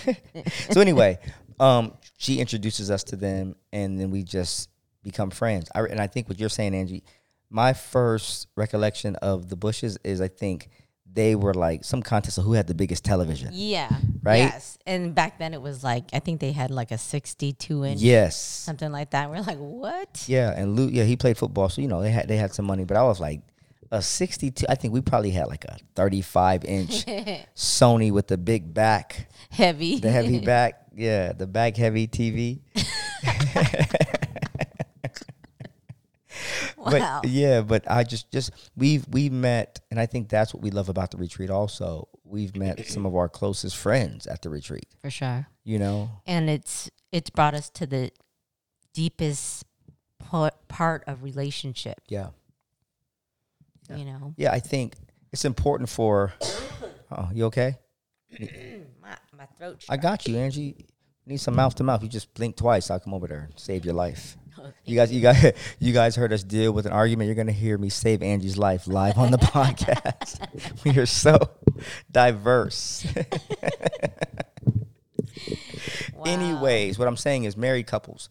S1: so anyway, um, she introduces us to them, and then we just become friends. I, and I think what you're saying, Angie, my first recollection of the Bushes is I think they were like some contest of who had the biggest television.
S2: Yeah.
S1: Right?
S2: Yes. And back then it was like I think they had like a 62 inch
S1: Yes.
S2: something like that. We're like, "What?"
S1: Yeah, and Lou, yeah, he played football, so you know they had they had some money. But I was like a sixty-two. I think we probably had like a thirty-five inch Sony with the big back,
S2: Heavy.
S1: the
S2: [laughs]
S1: heavy back. Yeah, the back heavy TV.
S2: wow.
S1: But yeah, but I just just we've we met, and I think that's what we love about the retreat. Also, we've met some of our closest friends at the retreat.
S2: For sure.
S1: You know,
S2: and it's it's brought us to the deepest part, part of relationship
S1: yeah,
S2: you know
S1: yeah. I think it's important for. Oh, you okay?
S2: [clears throat] my, my throat
S1: I got you, Angie. Need some mouth to mouth. You just blink twice. I'll come over there and save your life. You guys, you guys, [laughs] you guys heard us deal with an argument. You're gonna hear me save Angie's life live on the podcast. [laughs] we are so diverse. Anyways, what I'm saying is, married couples.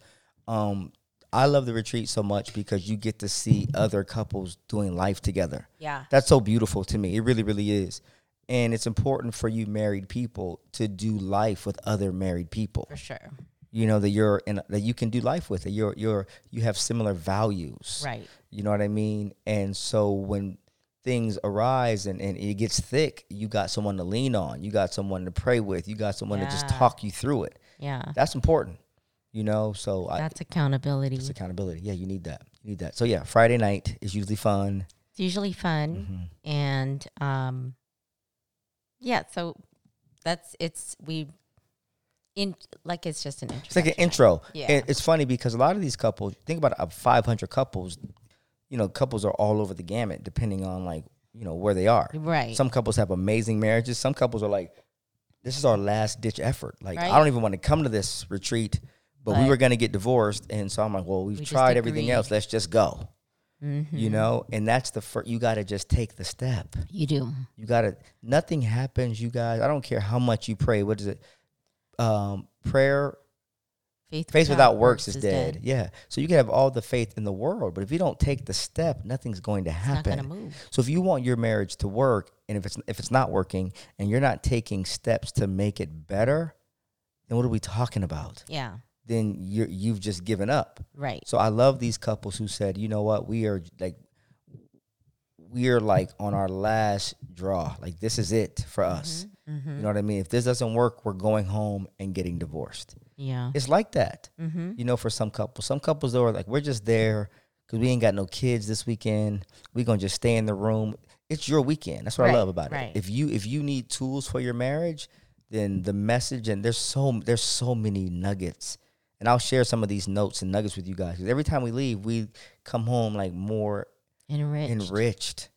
S1: Um, I love the retreat so much because you get to see other couples doing life together.
S2: yeah
S1: That's so beautiful to me. It really, really is. And it's important for you married people to do life with other married people.
S2: for sure
S1: You know that you're in, that you can do life with. That you're you're you have similar values.
S2: right
S1: You know what I mean? And so when things arise and, and it gets thick, you got someone to lean on. You got someone to pray with. You got someone to just
S2: Yeah.
S1: talk you through it.
S2: yeah
S1: That's important. You know, so I,
S2: that's accountability
S1: it's accountability. Yeah, you need that. You need that. So yeah, Friday night is usually fun.
S2: it's usually fun
S1: Mm-hmm.
S2: and um yeah so that's it's we in like it's just an
S1: It's like an
S2: introduction.
S1: intro.
S2: Yeah.
S1: And it's funny because a lot of these couples, think about uh, 500 couples, you know, couples are all over the gamut depending on like, you know, where they are.
S2: right
S1: Some couples have amazing marriages. Some couples are like, this is our last ditch effort. Like, I
S2: Right.
S1: don't even want to come to this retreat, but, we
S2: But-
S1: were going to get divorced. And so I'm like, well, we've
S2: We just
S1: tried everything
S2: agreed. Hmm.
S1: else. Let's just go.
S2: Mm-hmm.
S1: You know, and that's the first, you got to just take the step.
S2: you do
S1: You got to, nothing happens, you guys. I don't care how much you pray. What is it? um, prayer
S2: Faith,
S1: faith without works is dead. Yeah. So you can have all the faith in the world, but if you don't take the step, nothing's going to
S2: not
S1: happen.
S2: gonna move.
S1: So if you want your marriage to work, and if it's if it's not working, and you're not taking steps to make it better, then what are we talking about?
S2: Yeah.
S1: Then you you've just given up.
S2: Right.
S1: So I love these couples who said, you know what, we are like, we are like on our last draw. Like this is it for us.
S2: Mm-hmm.
S1: You know what I mean? If this doesn't work, we're going home and getting divorced.
S2: Yeah.
S1: It's like that,
S2: Mm-hmm.
S1: you know, for some couples. Some couples though are like, we're just there because we ain't got no kids this weekend. We gonna just stay in the room. It's your weekend. That's what
S2: Right,
S1: I love about
S2: right.
S1: it. If you if you need tools for your marriage, then the message and there's so there's so many nuggets. And I'll share some of these notes and nuggets with you guys. Because every time we leave, we come home like more
S2: Enriched.
S1: enriched.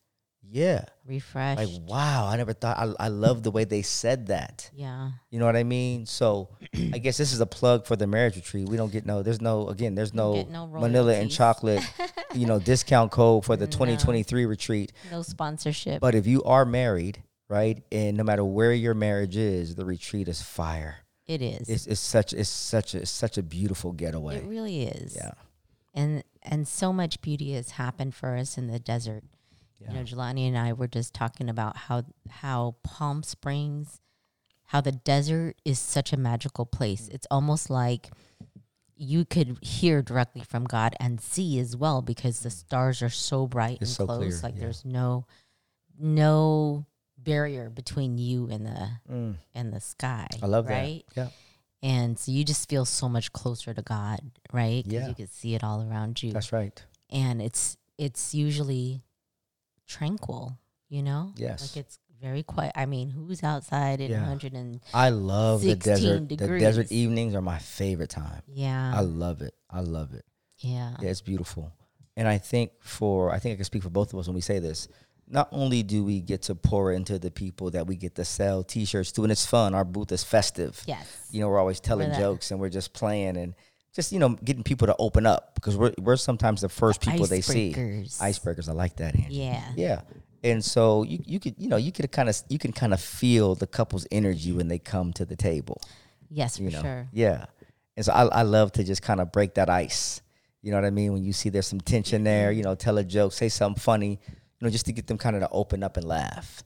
S1: Yeah.
S2: Refresh.
S1: Like, wow, I never thought I I love the way they said that.
S2: yeah.
S1: You know what I mean? So I guess this is a plug for the marriage retreat. We don't get no, there's no, again, there's no,
S2: get no
S1: vanilla and
S2: royalties.
S1: chocolate, you
S2: [laughs]
S1: know, discount code for the 2023 retreat.
S2: No sponsorship.
S1: But if you are married, right, and no matter where your marriage is, the retreat is fire.
S2: it is.
S1: It's, it's such, it's such, a, it's such a beautiful getaway.
S2: It really is.
S1: Yeah.
S2: And and so much beauty has happened for us in the desert. You know, Jelani and I were just talking about how how Palm Springs, how the desert is such a magical place. It's almost like you could hear directly from God and see as well because the stars are so bright
S1: It's
S2: and
S1: so
S2: close.
S1: clear,
S2: like
S1: yeah.
S2: there's no no barrier between you and the
S1: Mm,
S2: and the sky.
S1: I love
S2: right?
S1: that. Yeah.
S2: And so you just feel so much closer to God, right? 'Cause
S1: Yeah.
S2: You can see it all around you.
S1: That's right.
S2: and it's it's usually tranquil, you know?
S1: Yes.
S2: Like it's very quiet. I mean, who's outside at
S1: Yeah.
S2: 100 and
S1: I love the
S2: 16
S1: desert. The
S2: degrees.
S1: desert evenings are my favorite time. I
S2: yeah.
S1: love it. I love it.
S2: Yeah.
S1: Yeah, it's beautiful. And I think for I think I can speak for both of us when we say this. Not only do we get to pour into the people that we get to sell T-shirts to, and it's fun. Our booth is festive.
S2: Yes.
S1: You know, we're always telling
S2: that.
S1: jokes and we're just playing and just you know getting people to open up because we're we're sometimes the first people they see.
S2: Icebreakers.
S1: Icebreakers. I like that. Angie.
S2: Yeah.
S1: Yeah. And so you you could you know you could kind of you can kind of feel the couple's energy when they come to the table
S2: Yes, for
S1: you know
S2: sure.
S1: yeah and so I, I love to just kind of break that ice you know what i mean when you see there's some tension there
S2: Mm-hmm.
S1: you know tell a joke say something funny you know just to get them kind of to open up and laugh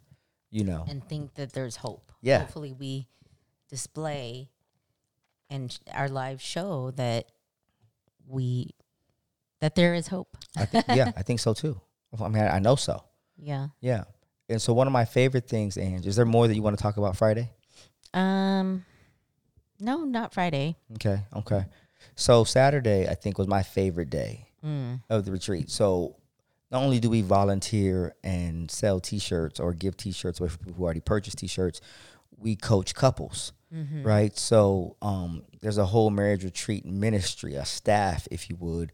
S1: you know
S2: And think that there's hope.
S1: Yeah.
S2: Hopefully we display and sh- our live show that we that there is hope.
S1: I thi- yeah i think so too i mean I, I know so
S2: Yeah.
S1: yeah and so one of my favorite things Ange, is there more that you want to talk about friday
S2: Um no, not Friday.
S1: okay okay so saturday i think was my favorite day
S2: Mm.
S1: of the retreat. So not only do we volunteer and sell T-shirts or give T-shirts away for people who already purchased T-shirts, we coach couples,
S2: Mm-hmm.
S1: right? So um, there's a whole marriage retreat ministry, a staff, if you would,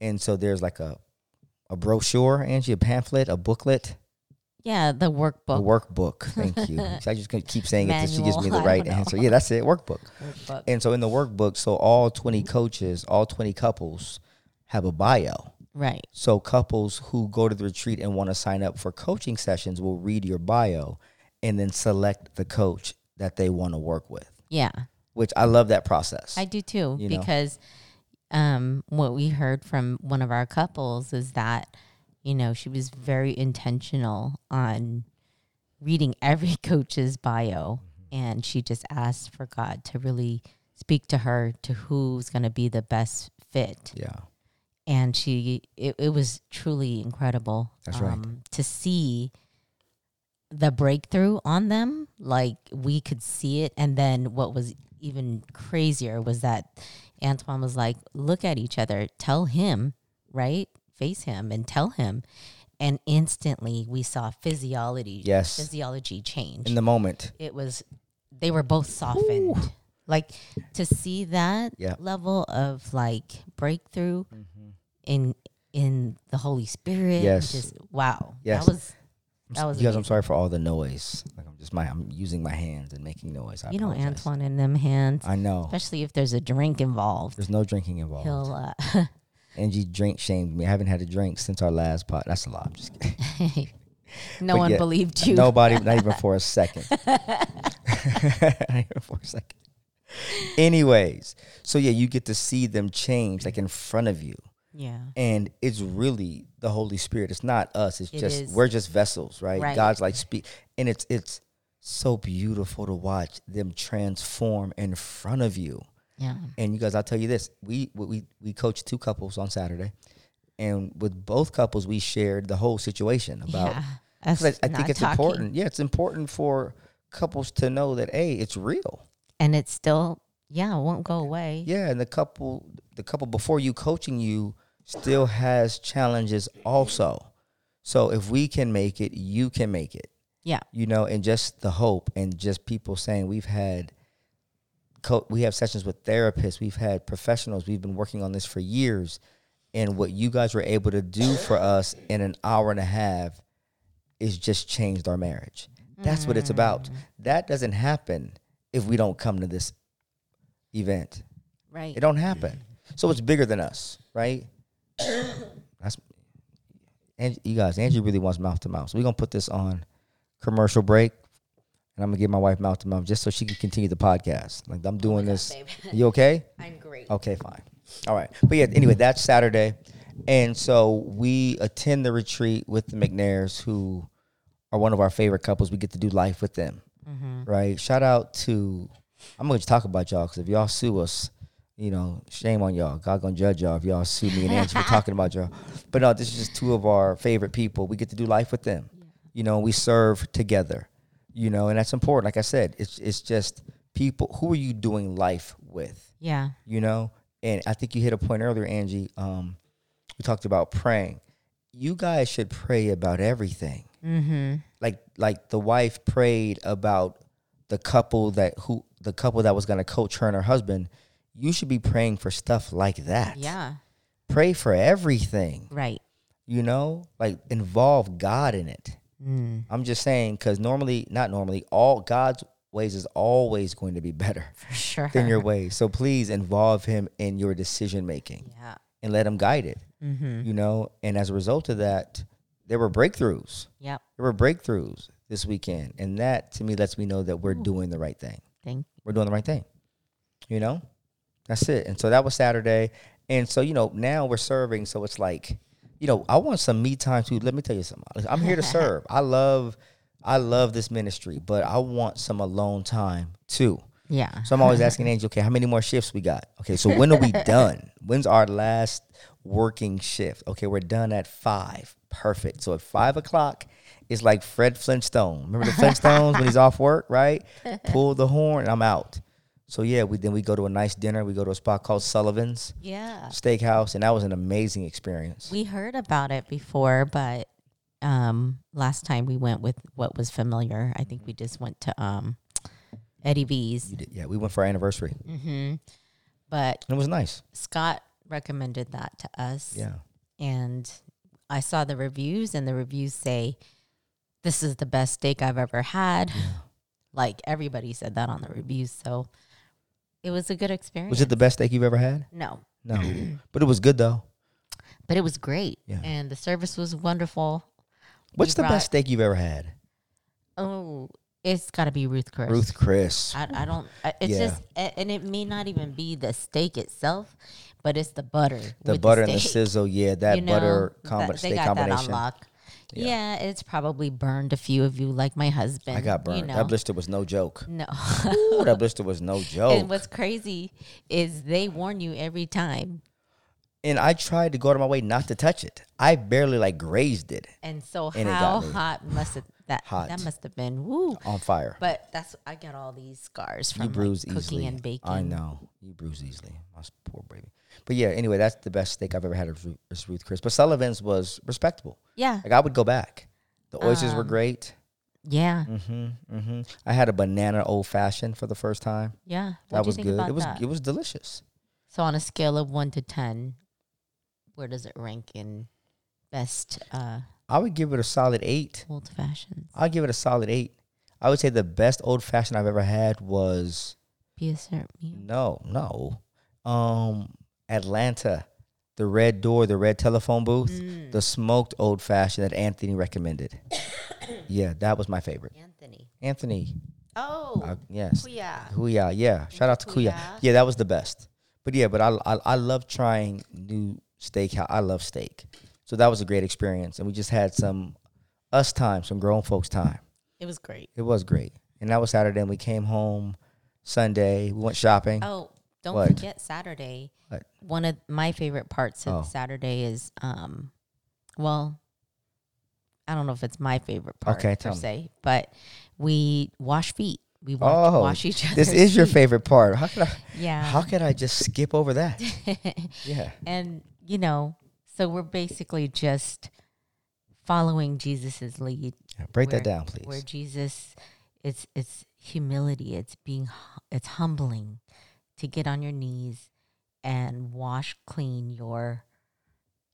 S1: and so there's like a a brochure, Angie, a pamphlet, a booklet,
S2: Yeah, the workbook.
S1: a workbook. Thank you. [laughs] I just keep saying it till she gives me
S2: Manual, [laughs]
S1: the
S2: I
S1: right
S2: don't know.
S1: answer. Yeah, that's it. Workbook.
S2: workbook.
S1: And so in the workbook, so all 20 coaches, all 20 couples have a bio.
S2: right.
S1: So couples who go to the retreat and want to sign up for coaching sessions will read your bio and then select the coach that they want to work with.
S2: Yeah.
S1: Which I love that process.
S2: I do too
S1: You know.
S2: because um what we heard from one of our couples is that you know, she was very intentional on reading every [laughs] coach's bio
S1: Mm-hmm.
S2: and she just asked for God to really speak to her to who's going to be the best fit
S1: yeah.
S2: and she it, it was truly incredible um,
S1: That's right.
S2: to see the breakthrough on them like we could see it and then what was even crazier was that antoine was like look at each other tell him right face him and tell him and instantly we saw physiology
S1: Yes.
S2: physiology change
S1: In the moment.
S2: it was they were both softened like to see that
S1: Yeah. Mm-hmm.
S2: level of like breakthrough in in the holy spirit and
S1: Yes.
S2: just wow
S1: Yes.
S2: that was that was
S1: you guys, I'm
S2: amazing.
S1: sorry for all the noise. Like I'm just my I'm using my hands and making noise. I
S2: you know
S1: apologize.
S2: antoine in them hands
S1: I know.
S2: especially if there's a drink involved
S1: There's no drinking involved.
S2: he'll uh, [laughs]
S1: Angie drink shamed me. I haven't had a drink since our last pot. That's a lot. I'm just kidding.
S2: no
S1: But
S2: one
S1: yeah,
S2: [laughs] believed [laughs] you
S1: Nobody, not even [laughs] for a second. not even for a second. Anyways, so yeah, you get to see them change like in front of you.
S2: Yeah.
S1: And it's really the Holy Spirit. It's not us. It's
S2: It
S1: just
S2: is.
S1: we're just vessels, right?
S2: Right.
S1: God's like speak and it's it's so beautiful to watch them transform in front of you.
S2: Yeah.
S1: And you guys, I'll tell you this: we we we coached two couples on Saturday, and with both couples, we shared the whole situation about.
S2: yeah.
S1: 'cause
S2: Us
S1: I, I
S2: not
S1: think it's
S2: talking.
S1: important. Yeah, it's important for couples to know that hey, it's real.
S2: And it's still, yeah, it won't go away.
S1: Yeah, and the couple the couple before you coaching you still has challenges also. So if we can make it, you can make it.
S2: Yeah.
S1: You know, and just the hope and just people saying we've had co- we have sessions with therapists, we've had professionals, we've been working on this for years and what you guys were able to do for us in an hour and a half is just changed our marriage. That's what it's about. That doesn't happen if we don't come to this event.
S2: Right.
S1: It don't happen. So it's bigger than us, right? [coughs] That's and you guys, Angie really wants mouth to mouth. So we're gonna put this on commercial break. And I'm gonna give my wife mouth to mouth just so she can continue the podcast. Like I'm doing this. You okay?
S2: I'm great.
S1: Okay, fine. All right. But yeah, anyway, that's Saturday. And so we attend the retreat with the McNairs, who are one of our favorite couples. We get to do life with them, right? Shout out to, I'm going to talk about y'all because if y'all sue us, you know, shame on y'all. God going to judge y'all if y'all sue me and Angie for talking about y'all. But no, this is just two of our favorite people. We get to do life with them. You know, we serve together, you know, and that's important. Like I said, it's, it's just people, who are you doing life with?
S2: Yeah.
S1: you know and i think you hit a point earlier angie um, we talked about praying you guys should pray about everything
S2: Mm-hmm.
S1: like like the wife prayed about the couple that who the couple that was going to coach her and her husband you should be praying for stuff like that
S2: Yeah.
S1: pray for everything
S2: Right.
S1: you know like involve god in it
S2: Mm.
S1: i'm just saying because normally not normally all god's ways is always going to be better
S2: For sure.
S1: than your way. So please involve him in your decision making
S2: [laughs] yeah.
S1: and let him guide it. You know, and as a result of that, there were breakthroughs.
S2: Yep.
S1: There were breakthroughs this weekend, and that to me lets me know that we're doing the right thing.
S2: Thank
S1: We're doing the right thing. You know, that's it. And so that was Saturday, and so you know now we're serving. So it's like, you know, I want some me time too. Let me tell you something. Like, I'm here to serve. I love, I love this ministry, but I want some alone time too.
S2: Yeah.
S1: So I'm always asking Angel, okay, how many more shifts we got? Okay, so when are
S2: [laughs]
S1: we done? When's our last working shift? Okay, we're done at five. Perfect. So at five o'clock, it's like Fred Flintstone. Remember the Flintstones when he's off work,
S2: [laughs]
S1: right? Pull the horn, I'm out. So yeah, we then we go to a nice dinner. We go to a spot called Sullivan's
S2: Yeah.
S1: Steakhouse, and that was an amazing experience.
S2: We heard about it before, but um last time we went with what was familiar. I think we just went to um Eddie V's.
S1: You did- yeah, we went for our anniversary.
S2: Mm-hmm. But
S1: It was nice.
S2: Scott recommended that to us.
S1: Yeah.
S2: And I saw the reviews and the reviews say this is the best steak I've ever had. Like everybody said that on the reviews, so it was a good experience.
S1: Was it the best steak you've ever had?
S2: no, [clears throat]
S1: No, but it was good though.
S2: but it was great,
S1: Yeah.
S2: and the service was wonderful.
S1: What's the
S2: brought-
S1: best steak you've ever had?
S2: Oh, it's got to be Ruth Chris.
S1: Ruth Chris.
S2: I, I don't. I- It's
S1: Yeah.
S2: just, a- and it may not even be the steak itself, but it's the butter.
S1: the
S2: with
S1: butter and the
S2: steak,
S1: sizzle. Yeah, that
S2: you know?
S1: butter
S2: That-
S1: combi-
S2: they
S1: steak
S2: got That on
S1: combination.
S2: lock. Yeah. it's probably burned a few of you, like my husband.
S1: I got burned.
S2: You know?
S1: That blister was no joke.
S2: no.
S1: [laughs] Ooh, that blister was no joke.
S2: and what's crazy is they warn you every time,
S1: and I tried to go out of my way not to touch it. I barely like grazed it
S2: and so
S1: And it
S2: how
S1: got me.
S2: hot must it, that
S1: Hot.
S2: that must have been woo.
S1: on fire.
S2: But that's I got all these scars from
S1: you
S2: like,
S1: bruise
S2: cooking
S1: easily.
S2: and baking.
S1: I know you bruise easily. My s- poor baby. But yeah, anyway, that's the best steak I've ever had is Ruth, is Ruth Chris. But Sullivan's was respectable.
S2: Yeah,
S1: Like I would go back. The oysters
S2: Um.
S1: were great.
S2: yeah,
S1: hmm hmm I had a banana old fashioned for the first time.
S2: yeah. What
S1: That was
S2: you think
S1: good.
S2: About
S1: It was
S2: that?
S1: it was delicious.
S2: So on a scale of one to ten, where does it rank in best uh,
S1: I would give it a solid eight.
S2: old fashions?
S1: I'll give it a solid eight. I would say the best old fashioned I've ever had was
S2: Be a certain meal.
S1: no, no. Um Atlanta. The red door, the red telephone booth, the smoked old fashioned that Anthony recommended. yeah, that was my favorite.
S2: Anthony.
S1: Anthony,
S2: Oh,
S1: I, yes.
S2: Kuya.
S1: Kuya, yeah. Shout out to Kuya.
S2: Kuya.
S1: Yeah, that was the best. But yeah, but I I, I love trying new steak. I love steak. So that was a great experience. And we just had some us time, some grown folks time.
S2: it was great.
S1: It was great. And that was Saturday and we came home Sunday. We went shopping.
S2: Oh, [laughs] don't
S1: What?
S2: forget Saturday.
S1: What?
S2: One of my favorite parts of
S1: Oh.
S2: Saturday is, um, well, I don't know if it's my favorite part
S1: Okay,
S2: per
S1: tell me.
S2: se, but we wash feet. We wash,
S1: Oh,
S2: wash each other.
S1: This is
S2: [laughs]
S1: your favorite part. How could I
S2: Yeah. [laughs]
S1: how could I just skip over that? Yeah.
S2: and you know, so we're basically just following Jesus's lead.
S1: Yeah, Break that
S2: where-
S1: down, please.
S2: Where Jesus, it's it's humility. It's being hu- it's humbling to get on your knees and wash clean your,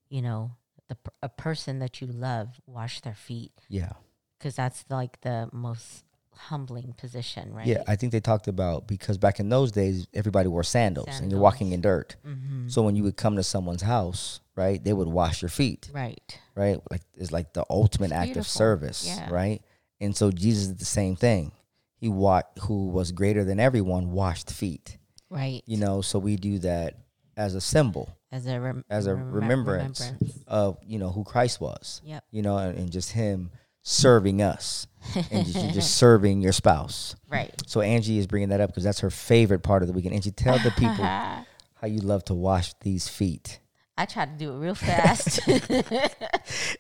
S2: you know, the per- a person that you love wash their feet
S1: yeah.
S2: because that's like the most humbling position, right?
S1: Yeah, I think they talked about because back in those days, everybody wore sandals, and you're
S2: Sandals.
S1: walking in dirt.
S2: hmm
S1: So when you would come to someone's house, right, they would wash your feet,
S2: Right.
S1: right? Like it's like the ultimate
S2: It's
S1: act of
S2: beautiful.
S1: service,
S2: Yeah.
S1: right? And so Jesus did the same thing. He wa- who was greater than everyone washed feet.
S2: Right.
S1: You know, so we do that as a symbol,
S2: as a rem-
S1: as a
S2: remem-
S1: remembrance,
S2: remembrance.
S1: of, you know, who Christ was.
S2: Yep.
S1: You know, and, and just him serving us and just, just
S2: [laughs]
S1: serving your spouse.
S2: Right.
S1: So Angie is bringing that up because that's her favorite part of the weekend. Angie, tell the people
S2: [laughs] Ah,
S1: how you love to wash these feet.
S2: I tried to do it
S1: [laughs]
S2: real fast. [laughs]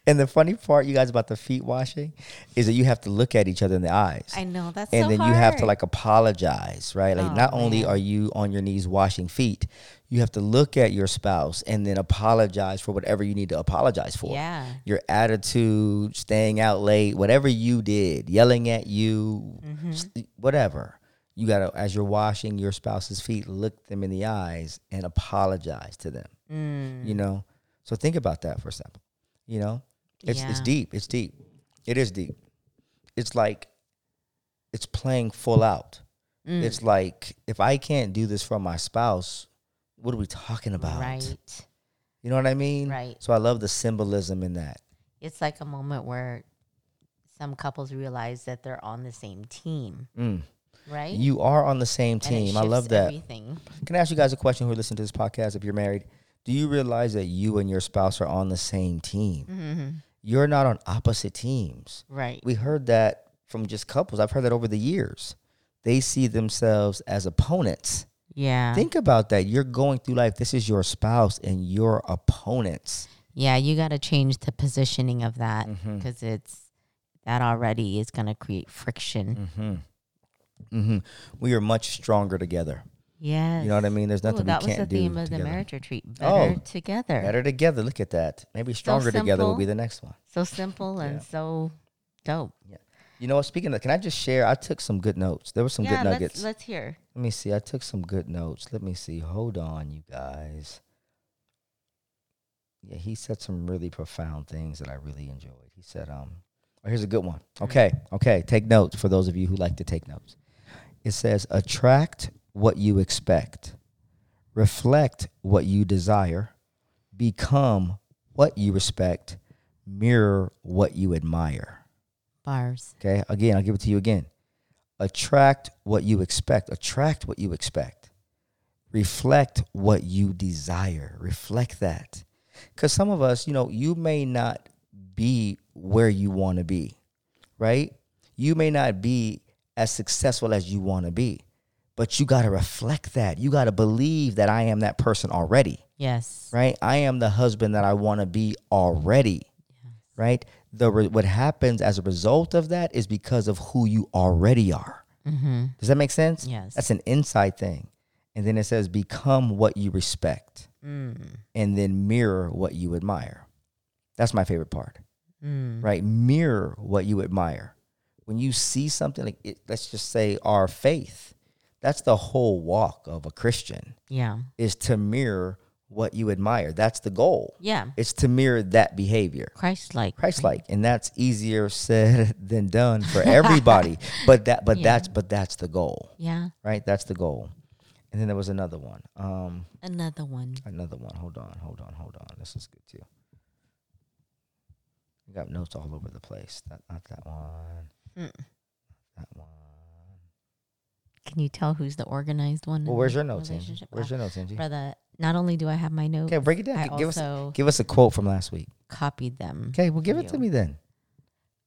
S1: And the funny part, you guys, about the feet washing is that you have to look at each other in the eyes.
S2: I know that's
S1: and
S2: so
S1: then you have to
S2: hard.
S1: like apologize, right? Like,
S2: Oh,
S1: not only
S2: man.
S1: are you on your knees washing feet, you have to look at your spouse and then apologize for whatever you need to apologize for.
S2: yeah.
S1: Your attitude, staying out late, whatever you did, yelling at you,
S2: Mm-hmm.
S1: s- whatever. You got to, as you're washing your spouse's feet, look them in the eyes and apologize to them
S2: Mm,
S1: you know so think about that for a second you know it's, it's
S2: Yeah.
S1: deep it's deep it is deep it's like it's playing full out
S2: mm,
S1: it's like if i can't do this for my spouse what are we talking about
S2: right.
S1: you know what i mean
S2: Right.
S1: so i love the symbolism in that
S2: It's like a moment where some couples realize that they're on the same team,
S1: Mm.
S2: right?
S1: you are on the same
S2: And it
S1: team i love
S2: shifts
S1: that
S2: Everything.
S1: can i ask you guys a question who are listening to this podcast if you're married do you realize that you and your spouse are on the same team
S2: Mhm.
S1: you're not on opposite teams
S2: Right.
S1: we heard that from just couples. I've heard that over the years. They see themselves as opponents.
S2: yeah.
S1: Think about that. You're going through life. This is your spouse and your opponents.
S2: yeah. You got to change the positioning of that
S1: Mm-hmm.
S2: because it's that already is going to create friction.
S1: Mm. hmm We are much stronger together.
S2: Yes.
S1: You know what I mean? There's
S2: Ooh,
S1: nothing
S2: that
S1: we can't
S2: was the
S1: do
S2: theme of
S1: together.
S2: the marriage retreat. Better
S1: Oh,
S2: together.
S1: Better together. Look at that. Maybe stronger together will
S2: simple.
S1: be the next one.
S2: So simple and
S1: Yeah.
S2: so dope.
S1: You know what? Speaking of, can I just share? I took some good notes. There were some
S2: yeah,
S1: good nuggets.
S2: let's let's hear.
S1: Let me see. I took some good notes. Let me see. Hold on, you guys. Yeah, he said some really profound things that I really enjoyed. He said, um, oh, here's a good one. Okay, okay. Take notes for those of you who like to take notes. It says, attract what you expect, reflect what you desire, become what you respect, mirror what you admire.
S2: Bars.
S1: Okay. Again, I'll give it to you again. Attract what you expect. Attract what you expect. Reflect what you desire. Reflect that. Because some of us, you know, you may not be where you want to be, right? You may not be as successful as you want to be, but you got to reflect that. You got to believe that I am that person already
S2: Yes.
S1: right? I am the husband that I want to be already, right? The re- what happens as a result of that is because of who you already are.
S2: Mm-hmm.
S1: Does that make sense?
S2: Yes.
S1: That's an inside thing. And then it says, become what you respect,
S2: Mm.
S1: and then mirror what you admire. That's my favorite part,
S2: Mm.
S1: right? Mirror what you admire. When you see something like, it, let's just say our faith, that's the whole walk of a Christian
S2: Yeah.
S1: is to mirror what you admire. That's the goal.
S2: Yeah.
S1: It's to mirror that behavior.
S2: Christ like.
S1: Christ like. And that's easier said [laughs] than done for
S2: [laughs]
S1: everybody. but that but
S2: Yeah.
S1: that's but that's the goal.
S2: Yeah.
S1: Right? That's the goal. And then there was another one. Um
S2: Another one.
S1: another one. Hold on, hold on, hold on. This is good too.
S2: Hmm.
S1: We got notes all over the place. That not that one.
S2: Mm.
S1: That one.
S2: Can you tell who's the organized one?
S1: Well,
S2: in
S1: where's
S2: the
S1: your notes, Angie?
S2: relationship?
S1: Where's
S2: Uh,
S1: your notes, Angie?
S2: brother? Not only do I have my notes,
S1: Okay, break it down.
S2: I
S1: Gi- give
S2: also
S1: us give us a quote from last week.
S2: copied them.
S1: Okay, well, give
S2: for
S1: it to
S2: you.
S1: me then.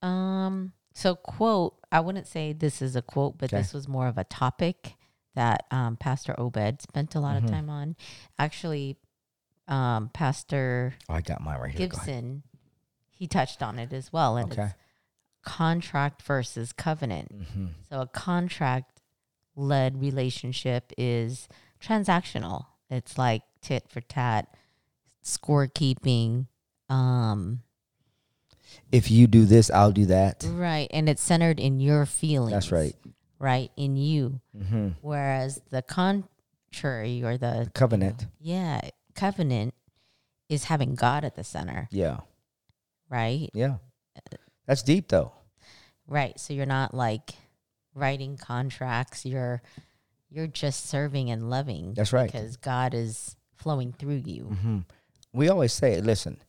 S2: Um, so quote, I wouldn't say this is a quote, but
S1: Okay.
S2: this was more of a topic that um, Pastor Obed spent a lot
S1: Mhm.
S2: of time on. Actually, um, Pastor
S1: Oh, I got mine right here. Go ahead.
S2: Gibson, he touched on it as well, and
S1: Okay.
S2: it's contract versus covenant.
S1: Mhm.
S2: So a contract led relationship is transactional. It's like tit for tat, scorekeeping, um,
S1: If you do this, I'll do that.
S2: right, and it's centered in your feelings.
S1: That's right.
S2: right in you
S1: hmm
S2: whereas the contrary or the
S1: Covenant.
S2: yeah covenant is having god at the center
S1: Yeah,
S2: right
S1: yeah. That's deep though.
S2: right so you're not like writing contracts you're you're just serving and loving
S1: That's right.
S2: because god is flowing through you
S1: hmm We always say, listen,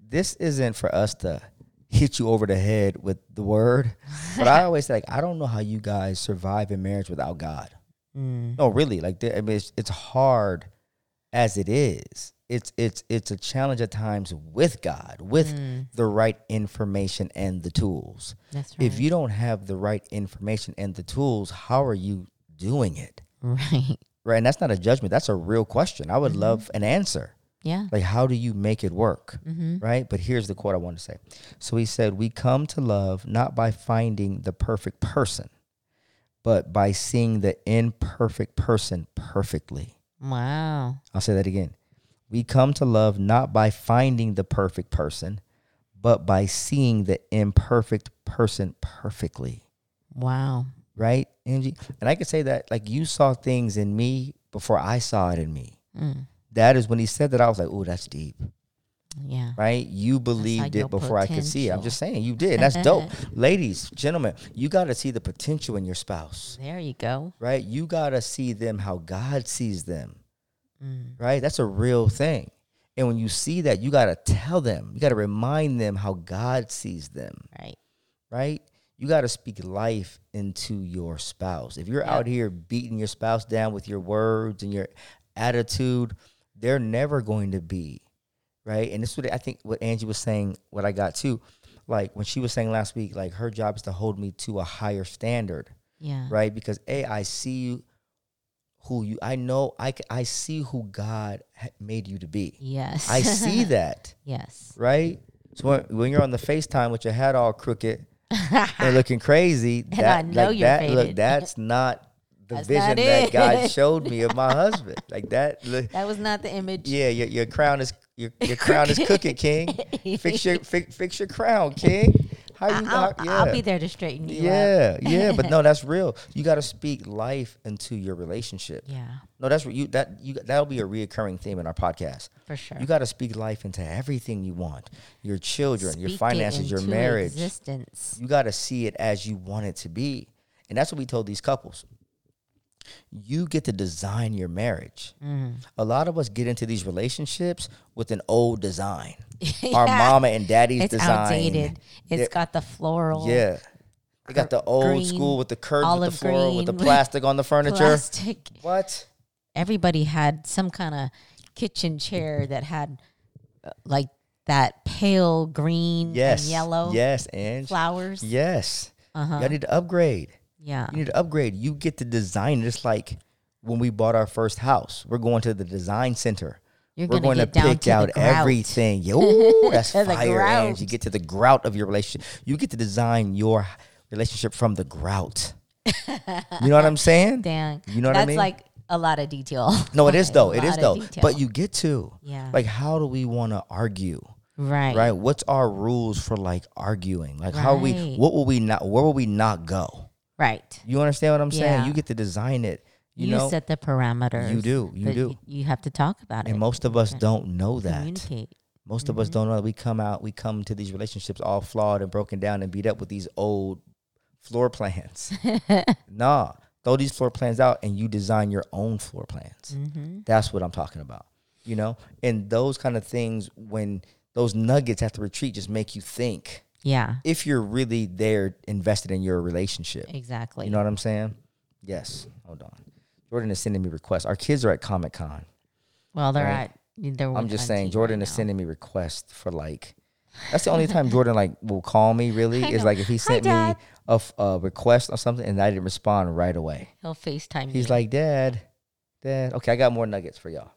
S1: this isn't for us to hit you over the head with the word, but I always say, like, I don't know how you guys survive in marriage without God.
S2: mm.
S1: No, really. Like, the- I mean, it's, it's hard as it is. It's it's it's a challenge at times with God, with
S2: Mm.
S1: the right information and the tools.
S2: that's right
S1: If you don't have the right information and the tools, how are you doing it?
S2: right [laughs]
S1: Right, and that's not a judgment. That's a real question. I would love an answer.
S2: yeah
S1: Like, how do you make it work?
S2: mm-hmm.
S1: Right? But here's the quote I want to say. So he said, We come to love not by finding the perfect person, but by seeing the imperfect person perfectly.
S2: wow
S1: I'll say that again. We come to love not by finding the perfect person, but by seeing the imperfect person perfectly.
S2: wow
S1: Right, Angie? And I could say that, like, you saw things in me before I saw it in me.
S2: mm.
S1: That is when he said that, I was like, Oh, that's deep.
S2: yeah
S1: right? You
S2: like
S1: believed
S2: your
S1: it before I could see it. I'm
S2: potential.
S1: just saying, you did. and That's dope. Ladies, gentlemen, you got to see the potential in your spouse,
S2: there you go
S1: right? You got to see them how God sees them,
S2: mm.
S1: right? That's a real thing. And when you see that, you got to tell them, you got to remind them how God sees them,
S2: right
S1: right? You got to speak life into your spouse. If you're
S2: Yep.
S1: out here beating your spouse down with your words and your attitude, they're never going to be right? And this is what I think what Angie was saying, what I got too, like when she was saying last week, like her job is to hold me to a higher standard,
S2: yeah
S1: right? Because A, I see you who you, I know, I, c- I see who God ha- made you to be.
S2: yes [laughs]
S1: I see that,
S2: yes
S1: right? So when, when you're on the FaceTime with your hat all crooked
S2: [laughs]
S1: and looking crazy,
S2: And I
S1: that,
S2: know
S1: like
S2: you're
S1: that look,
S2: faded. [laughs]
S1: that's not the
S2: That's
S1: vision
S2: not
S1: that
S2: it. [laughs]
S1: God showed me of my husband. Like that, look,
S2: That was not the image.
S1: Yeah, your, your crown is your,
S2: [laughs]
S1: your crown is cooking, King. Fix your fix, fix your crown, King. How you?
S2: I'll,
S1: how-
S2: Uh-uh. I'll be there to straighten you up.
S1: Yeah, yeah, but
S2: [laughs]
S1: no, that's real. You got to speak life into your relationship.
S2: Yeah,
S1: No, that's what you that you that'll be a reoccurring theme in our podcast.
S2: for sure.
S1: You got to speak life into everything you want, your children, your
S2: Speak it
S1: finances, your
S2: into
S1: marriage.
S2: Existence.
S1: You got to see it as you want it to be, and that's what we told these couples. You get to design your marriage.
S2: Mm.
S1: A lot of us get into these relationships with an old design.
S2: [laughs]
S1: Our mama and daddy's
S2: It's
S1: design.
S2: outdated. It's
S1: Yeah.
S2: got the floral.
S1: Yeah. They got the old
S2: green,
S1: school with the curves with
S2: olive
S1: the floral with the
S2: green, [laughs]
S1: plastic on the furniture.
S2: Plastic.
S1: What?
S2: Everybody had some kind of kitchen chair that had uh, like that pale green
S1: Yes.
S2: and yellow
S1: Yes, and
S2: flowers.
S1: yes.
S2: Uh-huh.
S1: Y'all need to upgrade.
S2: Yeah.
S1: You need to upgrade. You get to design it. It's like when we bought our first house. We're going to the design center.
S2: You're
S1: We're
S2: gonna
S1: going to
S2: get down
S1: pick
S2: to the
S1: out
S2: grout. [laughs]
S1: everything. Yeah, Ooh, that's
S2: To the
S1: fire, and
S2: grout.
S1: you get to the grout of your relationship. You get to design your relationship from the
S2: [laughs]
S1: grout. you know what I'm saying?
S2: Dang.
S1: You know what I
S2: That's
S1: mean?
S2: like a lot of detail.
S1: [laughs] No, it is
S2: A
S1: though. It is
S2: lot of
S1: though.
S2: detail.
S1: But you get to.
S2: Yeah.
S1: Like, how do we want to argue?
S2: [laughs] right.
S1: Right? What's our rules for like arguing? Like, how we?
S2: Right.
S1: What will we not? Where will we not go?
S2: Right.
S1: You understand what I'm saying?
S2: Yeah.
S1: You get to design it. You,
S2: You,
S1: know,
S2: set the parameters.
S1: You do, you
S2: but
S1: do.
S2: y- You, have to talk about
S1: and
S2: it.
S1: most of us don't know that.
S2: Communicate.
S1: Most of
S2: Mm-hmm.
S1: us don't know that. We come out, we come to these relationships all flawed and broken down and beat up with these old floor
S2: [laughs]
S1: plans. nah, throw these floor plans out and you design your own floor plans.
S2: Mm-hmm.
S1: That's what I'm talking about. You know, and those kind of things when those nuggets after retreat just make you think
S2: Yeah.
S1: if you're really there invested in your relationship.
S2: Exactly.
S1: You know what I'm saying? Yes. Hold on. Jordan is sending me requests. Our kids are at Comic Con.
S2: Well, they're
S1: Right.
S2: at. They're
S1: I'm just
S2: on
S1: saying,
S2: TV
S1: Jordan
S2: right
S1: is
S2: now.
S1: sending me requests for like. That's the only time Jordan like will call me. Really,
S2: [laughs] I
S1: is
S2: know.
S1: like if he
S2: Hi,
S1: sent me a,
S2: Dad.
S1: f- a request or something and I didn't respond right away.
S2: He'll Facetime.
S1: He's
S2: you.
S1: like, Dad, Dad. Okay, I got more nuggets for y'all.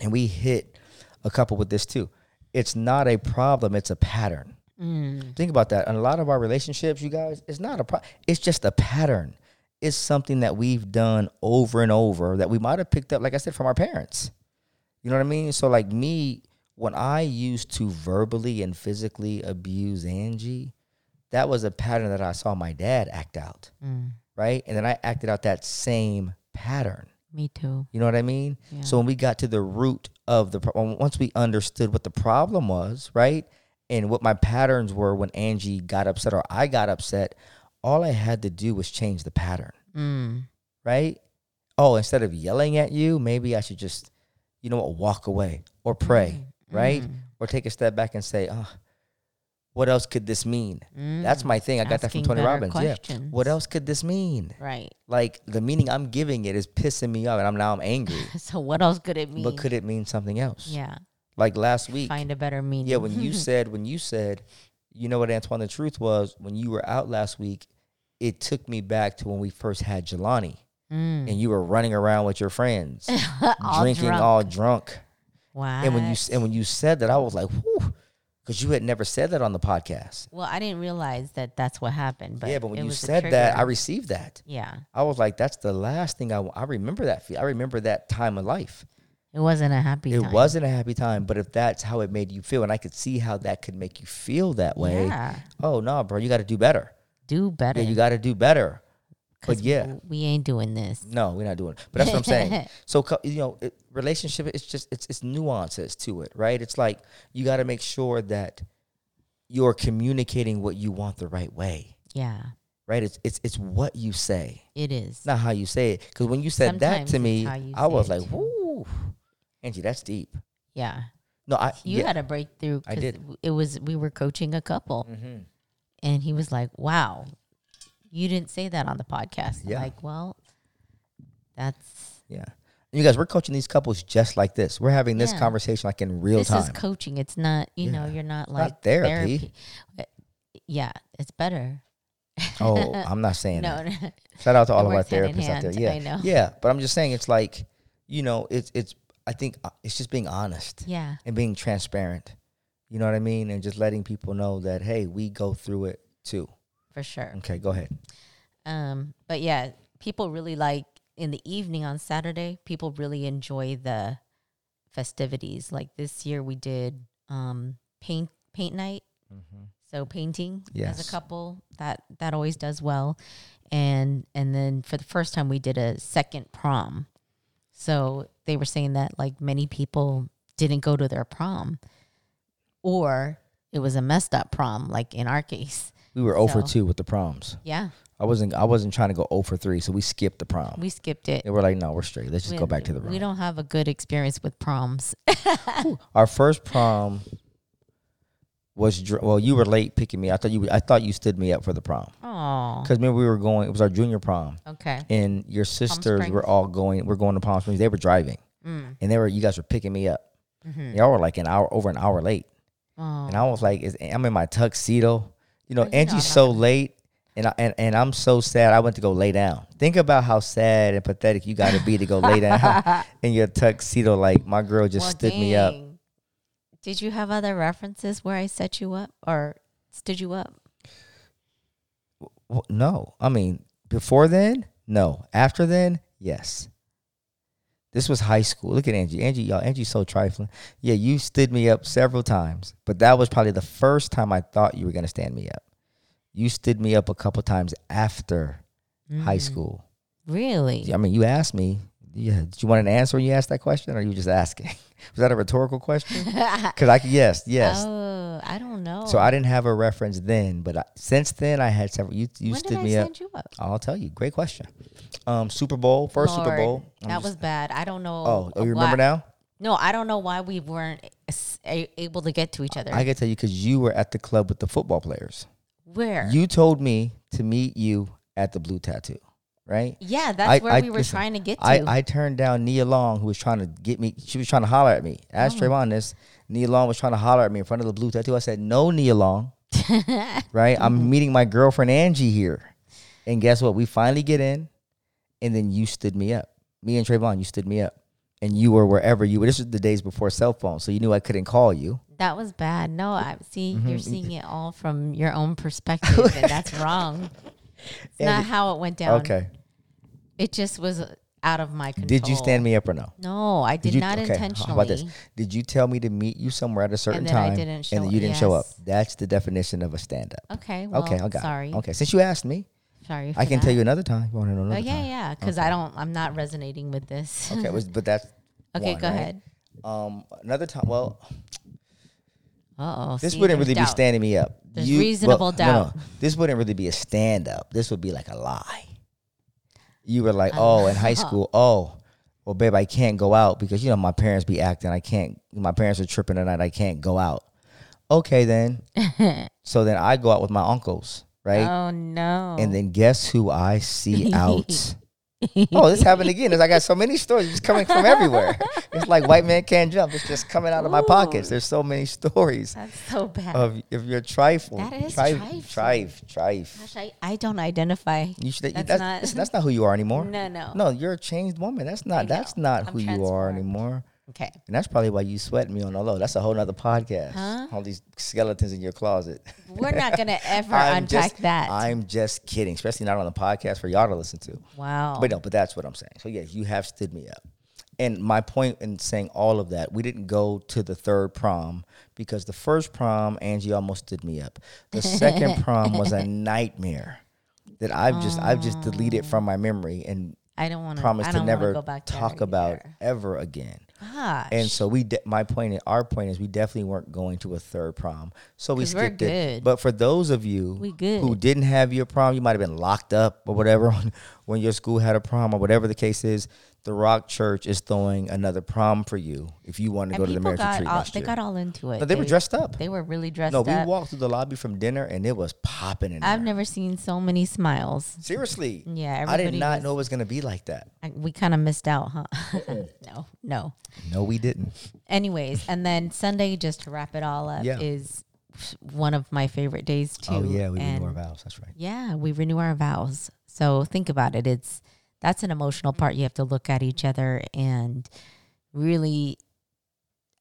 S1: And we hit a couple with this too. It's not a problem. It's a pattern.
S2: Mm,
S1: Think about that. In a lot of our relationships, you guys, it's not a problem. It's just a pattern. It's something that we've done over and over that we might have picked up, like I said, from our parents. You know what I mean? So, like me, when I used to verbally and physically abuse Angie, that was a pattern that I saw my dad act out,
S2: mm.
S1: right? And then I acted out that same pattern.
S2: me too.
S1: You know what I mean? So when we got to the root of the problem, once we understood what the problem was, right? And what my patterns were when Angie got upset or I got upset, all I had to do was change the pattern,
S2: Mm.
S1: right? Oh, instead of yelling at you, maybe I should just, you know what, walk away or pray,
S2: Mm.
S1: right? Or take a step back and say, oh, what else could this mean?
S2: Mm.
S1: That's my thing. I got that from
S2: Asking
S1: Tony
S2: better
S1: Robbins. Yeah.
S2: questions.
S1: What else could this mean?
S2: Right.
S1: Like the meaning I'm giving it is pissing me off, and I'm now I'm angry.
S2: So what else could it mean?
S1: But could it mean something else?
S2: yeah.
S1: Like last week.
S2: Find a better meaning.
S1: yeah, when you
S2: [laughs]
S1: said when you said, you know what, Antoine, the truth was when you were out last week, it took me back to when we first had Jelani [laughs]
S2: Mm.
S1: and you were running around with your friends,
S2: [laughs] All
S1: drinking
S2: drunk.
S1: all drunk.
S2: Wow.
S1: And when you s- and when you said that, I was like, whew, because you had never said that on the podcast.
S2: well, I didn't realize that that's what happened. But
S1: yeah, but when
S2: it
S1: you
S2: was a
S1: said that, I
S2: trigger.
S1: received that.
S2: yeah,
S1: I was like, that's the last thing I wa- I remember that feel. I remember that time of life.
S2: it wasn't a happy.
S1: It
S2: time.
S1: wasn't a happy time, but if that's how it made you feel, and I could see how that could make you feel that way.
S2: Yeah.
S1: Oh no, bro, you got to do better.
S2: Do better.
S1: Yeah, you got to do better.
S2: 'cause
S1: But yeah,
S2: w- we ain't doing this.
S1: no, we're not doing it. But that's what I'm
S2: [laughs]
S1: saying. So co- you know, it, relationship, it's just it's it's nuances to it, right? It's like you got to make sure that you're communicating what you want the right way,
S2: Yeah,
S1: right? It's it's it's what you say,
S2: it is.
S1: it's not how you say it. Because when you said that
S2: Sometimes
S1: to
S2: it's
S1: me,
S2: how you
S1: I
S2: say
S1: was
S2: it
S1: like,
S2: too.
S1: "Woo, Angie, that's deep."
S2: Yeah,
S1: No, I
S2: you
S1: yeah.
S2: had a breakthrough.
S1: I
S2: 'cause
S1: did. Mm-hmm.
S2: w- It was we were coaching a couple, and he was like, "Wow, you didn't say that on the podcast." I'm
S1: Yeah.
S2: Like, well, that's
S1: Yeah. And you guys, we're coaching these couples just like this. We're having this
S2: Yeah.
S1: conversation like in real
S2: this
S1: time.
S2: is [laughs] coaching. It's not you know
S1: Yeah.
S2: you're not
S1: not
S2: like
S1: therapy.
S2: Uh, Yeah, it's better.
S1: oh, I'm not saying
S2: No,
S1: that.
S2: no.
S1: Shout out to all
S2: It
S1: of our
S2: works hand in
S1: therapists out there.
S2: hand.
S1: Yeah.
S2: I know.
S1: Yeah. But I'm just saying it's like, you know, it's it's I think uh, it's just being honest
S2: [laughs] yeah,
S1: and being transparent. You know what I mean? And just letting people know that, hey, we go through it too.
S2: for sure.
S1: Okay, go ahead.
S2: Um, but yeah, people really like in the evening on Saturday, people really enjoy the festivities. Like this year we did um paint paint night. So painting as
S1: Yes.
S2: a couple, that that always does well. And and then for the first time we did a second prom. So they were saying that like many people didn't go to their prom or it was a messed up prom like in our case.
S1: We were over
S2: So-
S1: two with the proms.
S2: Yeah.
S1: I wasn't I wasn't trying to go 0 for three, so we skipped the prom.
S2: We skipped it.
S1: and we're like, no, we're straight. Let's just go
S2: when
S1: back to the room.
S2: We don't have a good experience with [laughs] proms.
S1: Our first prom was dr- well. You were late picking me. I thought you. I thought you stood me up for the prom
S2: Oh,
S1: because remember we were going. It was our junior prom,
S2: okay.
S1: and your sisters
S2: Springs.
S1: were all going. We're going to Palm Springs. They were driving,
S2: Mm.
S1: and they were. You guys were picking me up.
S2: Mhm.
S1: Y'all were like an hour over an hour late,
S2: Oh, [laughs]
S1: and I was like, is, I'm in my tuxedo. You know,
S2: Well, you know
S1: Angie's
S2: I'm not
S1: so
S2: gonna-
S1: late. And, I, and and I'm so sad. I went to go lay down. Think about how sad and pathetic you got to be to go lay
S2: [laughs]
S1: down [laughs] in your tuxedo. Like my girl just
S2: well,
S1: stood me up.
S2: dang. Did you have other references where I set you up or stood you up?
S1: Well, no, I mean before then, no. After then, yes. This was high school. Look at Angie. Angie, y'all, Angie's so trifling. Yeah, you stood me up several times, but that was probably the first time I thought you were gonna stand me up. You stood me up a couple times after
S2: Mm.
S1: high school.
S2: Really?
S1: I mean, you asked me. Yeah, did you want an answer when you asked that question, or you were just asking? [laughs] was that a rhetorical
S2: [laughs]
S1: question? Because I could- yes, yes.
S2: Oh, I don't know.
S1: So I didn't have a reference then, but I, since then I had several. You you
S2: when
S1: stood
S2: did I
S1: me up.
S2: send you up?
S1: I'll tell you. Great question. Um, Super Bowl, first Super
S2: Lord,
S1: Bowl. I'm
S2: that
S1: just-
S2: was bad. I don't know.
S1: Oh, oh, you
S2: why-
S1: remember now?
S2: No, I don't know why we weren't s- a- able to get to each other.
S1: I can tell you because you were at the club with the football players.
S2: Where?
S1: You told me to meet you at the Blue Tattoo. right?
S2: Yeah, that's
S1: I-
S2: where
S1: I-
S2: we were
S1: listen,
S2: trying to get to.
S1: I, I turned down Nia Long, who was trying to get me. She was trying to holler at me.
S2: Oh.
S1: Ask Trayvon this. Nia Long was trying to holler at me in front of the blue tattoo. I said, "No, Nia Long."
S2: [laughs]
S1: right?
S2: Mm-hmm.
S1: I'm meeting my girlfriend Angie here, and guess what? We finally get in, and then you stood me up. Me and Trayvon, you stood me up, and you were wherever you were. This was the days before cell phones, so you knew I couldn't call you.
S2: that was bad. No, I see
S1: Mm-hmm.
S2: you're seeing it all from your own perspective,
S1: [laughs]
S2: and that's wrong. It's
S1: And
S2: not
S1: it-
S2: how it went down.
S1: Okay.
S2: It just was out of my control.
S1: Did you stand me up or no?
S2: No, I did,
S1: you,
S2: not
S1: okay,
S2: intentionally.
S1: How about this? Did you tell me to meet you somewhere at a certain
S2: then I
S1: time,
S2: didn't show-
S1: and then you didn't show up?
S2: yes.
S1: That's the definition of a stand up.
S2: Okay. Well,
S1: Okay, I got. it.
S2: sorry.
S1: Okay, since you asked me,
S2: Sorry.
S1: I
S2: for
S1: can tell
S2: that.
S1: you another time. You want to know another
S2: Oh yeah,
S1: time?
S2: yeah. Because I don't. I'm not resonating with this. [laughs]
S1: Okay, was, but that's
S2: okay,
S1: one,
S2: go
S1: right?
S2: ahead.
S1: Um, another time. Well,
S2: Uh oh.
S1: this wouldn't really be standing me up.
S2: There's reasonable doubt.
S1: This wouldn't really be a stand up. This would be like a lie. You were like, oh, in high
S2: [laughs]
S1: school, oh, well, babe, I can't go out because you know my parents be acting. I can't. My parents are tripping tonight. I can't go out. Okay,
S2: [laughs]
S1: then. so then I go out with my uncles, right?
S2: Oh no.
S1: And then guess who I see
S2: [laughs]
S1: out? oh, this happened again. It's- I got so many stories just coming from everywhere. It's like white man can't jump. It's just coming out of my pockets. There's so many stories
S2: that's so bad.
S1: of if you're trifle.
S2: That is
S1: trife,
S2: trifling.
S1: trife, trife.
S2: Gosh, I, I don't identify.
S1: You should.
S2: That's
S1: That's, that's,
S2: not-
S1: not, that's not who you are anymore.
S2: [laughs] No, no.
S1: No, you're a changed woman. That's
S2: I
S1: not.
S2: know.
S1: That's not
S2: I'm
S1: who you are
S2: transformed.
S1: anymore.
S2: Okay.
S1: And that's probably why you sweat me on the low. That's a whole nother podcast.
S2: Huh?
S1: All these skeletons in your closet.
S2: We're
S1: [laughs]
S2: not gonna ever
S1: I'm
S2: unpack
S1: just,
S2: that.
S1: I'm just kidding, especially not on the podcast for y'all to listen to.
S2: wow.
S1: But no, but that's what I'm saying. So yeah, you have stood me up. And my point in saying all of that, we didn't go to the third prom because the first prom, Angie almost stood me up. The second
S2: [laughs]
S1: prom was a nightmare that I've just I've just deleted from my memory and
S2: I don't want to.
S1: promised
S2: I
S1: to
S2: don't wanna
S1: never
S2: go back there
S1: talk about
S2: either.
S1: ever again.
S2: Gosh.
S1: And so we, de- my point, our point is, we definitely weren't going to a third prom, so we
S2: 'Cause we're
S1: skipped
S2: good.
S1: it. But for those of you
S2: We good.
S1: who didn't have your prom, you might have been locked up or whatever [laughs] on, when your school had a prom or whatever the case is. The Rock Church is throwing another prom for you if you want to
S2: And
S1: go to the
S2: people
S1: marriage
S2: got
S1: retreat
S2: all,
S1: last
S2: they
S1: year.
S2: got all into it.
S1: no, they, were dressed up.
S2: They were really dressed
S1: no, we
S2: up.
S1: walked through the lobby from dinner and it was popping in
S2: I've
S1: there.
S2: never seen so many smiles.
S1: Seriously,
S2: Yeah,
S1: I did
S2: everybody
S1: not
S2: was-
S1: know it was going to be like that.
S2: I, we kind of missed out, huh? [laughs] no, no.
S1: No, we didn't.
S2: Anyways, and then Sunday, just to wrap it all up,
S1: Yeah.
S2: is one of my favorite days too.
S1: Oh yeah, we
S2: and
S1: renewed our vows. That's right.
S2: Yeah, we renew our vows. So think about it. It's that's an emotional part. You have to look at each other and really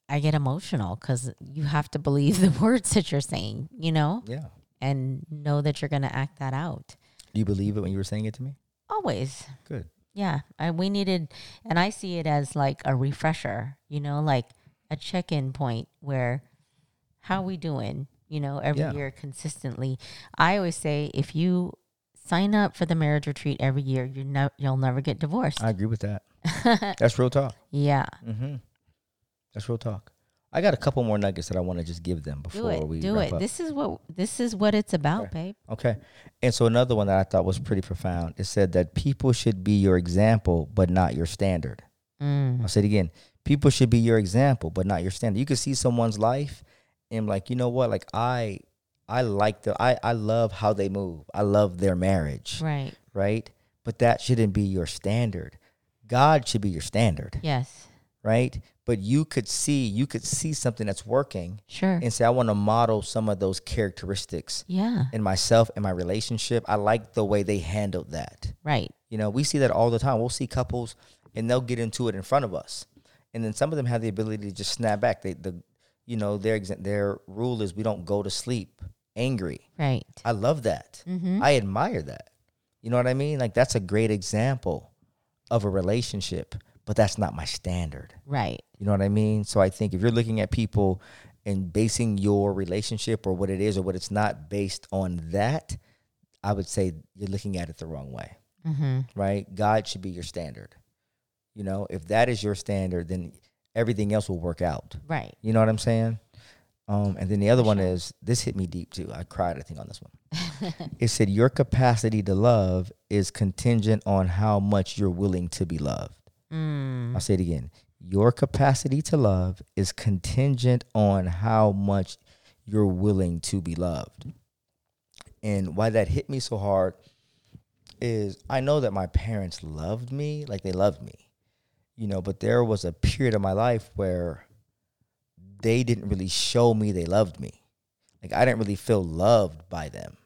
S2: I get emotional cuz you have to believe [laughs] the words that you're saying, you know,
S1: Yeah,
S2: and know that you're going to act that out.
S1: do you believe it when you were saying it to me?
S2: Always.
S1: Good.
S2: Yeah, I, we needed, and I see it as like a refresher, you know, like a check-in point where how we doing, you know, every
S1: Yeah.
S2: year consistently. I always say if you sign up for the marriage retreat every year, you know you'll never get divorced.
S1: I agree with that. That's real talk.
S2: [laughs] yeah,
S1: Mm-hmm. That's real talk. I got a couple more nuggets that I want to just give them
S2: do
S1: before we
S2: it, do
S1: wrap
S2: it.
S1: up.
S2: This is what this is what it's about, babe.
S1: okay. And so another one that I thought was pretty profound. It said that people should be your example, but not your standard.
S2: Mm.
S1: I'll say it again. People should be your example, but not your standard. You can see someone's life and like, you know what? Like I I like the I, I love how they move. I love their marriage.
S2: Right.
S1: right? But that shouldn't be your standard. God should be your standard.
S2: Yes.
S1: right? But you could see you could see something that's working
S2: Sure.
S1: and say, I want to model some of those characteristics
S2: yeah.
S1: in myself in my relationship. I like the way they handled that.
S2: Right.
S1: You know, we see that all the time. We'll see couples and they'll get into it in front of us. And then some of them have the ability to just snap back. They the you know, their exa- their rule is we don't go to sleep angry.
S2: Right.
S1: I love that. I admire that. You know what I mean? Like that's a great example of a relationship, but that's not my standard.
S2: Right.
S1: You know what I mean? So I think if you're looking at people and basing your relationship or what it is or what it's not based on that, I would say you're looking at it the wrong way,
S2: Mm-hmm.
S1: right? God should be your standard. You know, if that is your standard, then everything else will work out.
S2: Right.
S1: You know what I'm saying? Um, and then the other one is this hit me deep too. I cried, I think, on this one. it said, Your capacity to love is contingent on how much you're willing to be loved.
S2: Mm.
S1: I'll say it again. Your capacity to love is contingent on how much you're willing to be loved. And why that hit me so hard is I know that my parents loved me, like they loved me, you know, but there was a period of my life where they didn't really show me they loved me. Like I didn't really feel loved by them,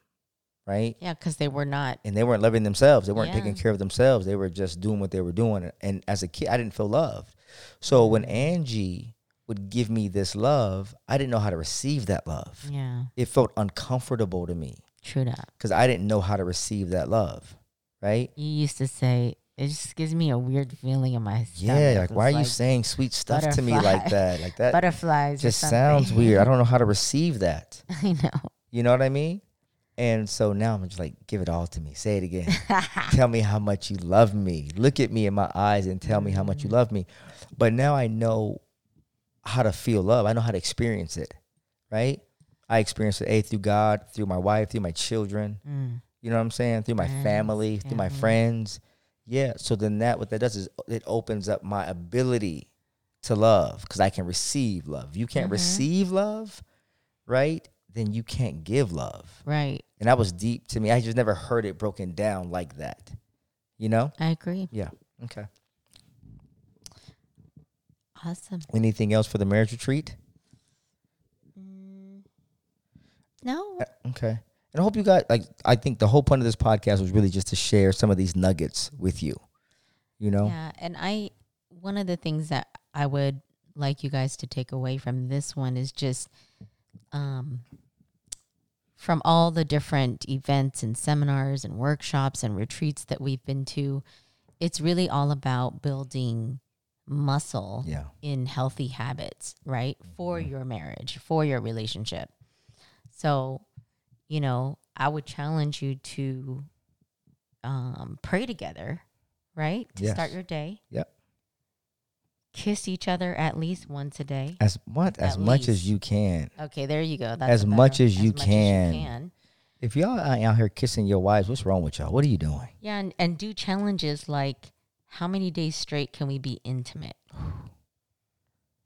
S1: right?
S2: Yeah, because they were not.
S1: and they weren't loving themselves. They weren't
S2: Yeah.
S1: taking care of themselves. They were just doing what they were doing. And as a kid, I didn't feel loved. So
S2: Mm-hmm.
S1: when Angie would give me this love, I didn't know how to receive that love.
S2: Yeah,
S1: It felt uncomfortable to me
S2: true that.
S1: because I didn't know how to receive that love. Right?
S2: You used to say it just gives me a weird feeling in my stomach.
S1: Yeah. Like,
S2: It's
S1: why are you saying sweet stuff to me
S2: butterfly.
S1: like that? Like that
S2: [laughs] butterflies? or
S1: just
S2: something.
S1: sounds weird. I don't know how to receive that.
S2: [laughs] I know.
S1: You know what I mean? And so now I'm just like, give it all to me. Say it again. tell me how much you love me. Look at me in my eyes and tell me how much you love me. But now I know how to feel love. I know how to experience it, right? I experience it A through God, through my wife, through my children.
S2: Mm.
S1: You know what I'm saying? Through my
S2: Friends,
S1: family, through my
S2: family.
S1: friends. Yeah. So then that what that does is it opens up my ability to love because I can receive love. You can't
S2: Mhm.
S1: receive love, right? Then you can't give love.
S2: Right.
S1: And that was deep to me. I just never heard it broken down like that. You know?
S2: I agree.
S1: Yeah. Okay.
S2: Awesome.
S1: Anything else for the marriage retreat?
S2: No.
S1: Uh, Okay. And I hope you got like I think the whole point of this podcast was really just to share some of these nuggets with you. You know?
S2: Yeah, and I one of the things that I would like you guys to take away from this one is just um from all the different events and seminars and workshops and retreats that we've been to, it's really all about building muscle
S1: Yeah.
S2: in healthy habits, right? For
S1: Mm-hmm.
S2: your marriage, for your relationship. So, you know, I would challenge you to um, pray together, right? To start
S1: Yes.
S2: your day.
S1: Yep.
S2: Kiss each other at least once a day.
S1: As what as
S2: At
S1: much
S2: least.
S1: as you can.
S2: Okay, there you go. That's
S1: As
S2: a better-
S1: much as you can.
S2: can.
S1: If y'all are out here kissing your wives, what's wrong with y'all? What are you doing?
S2: Yeah, and, and do challenges like how many days straight can we be intimate?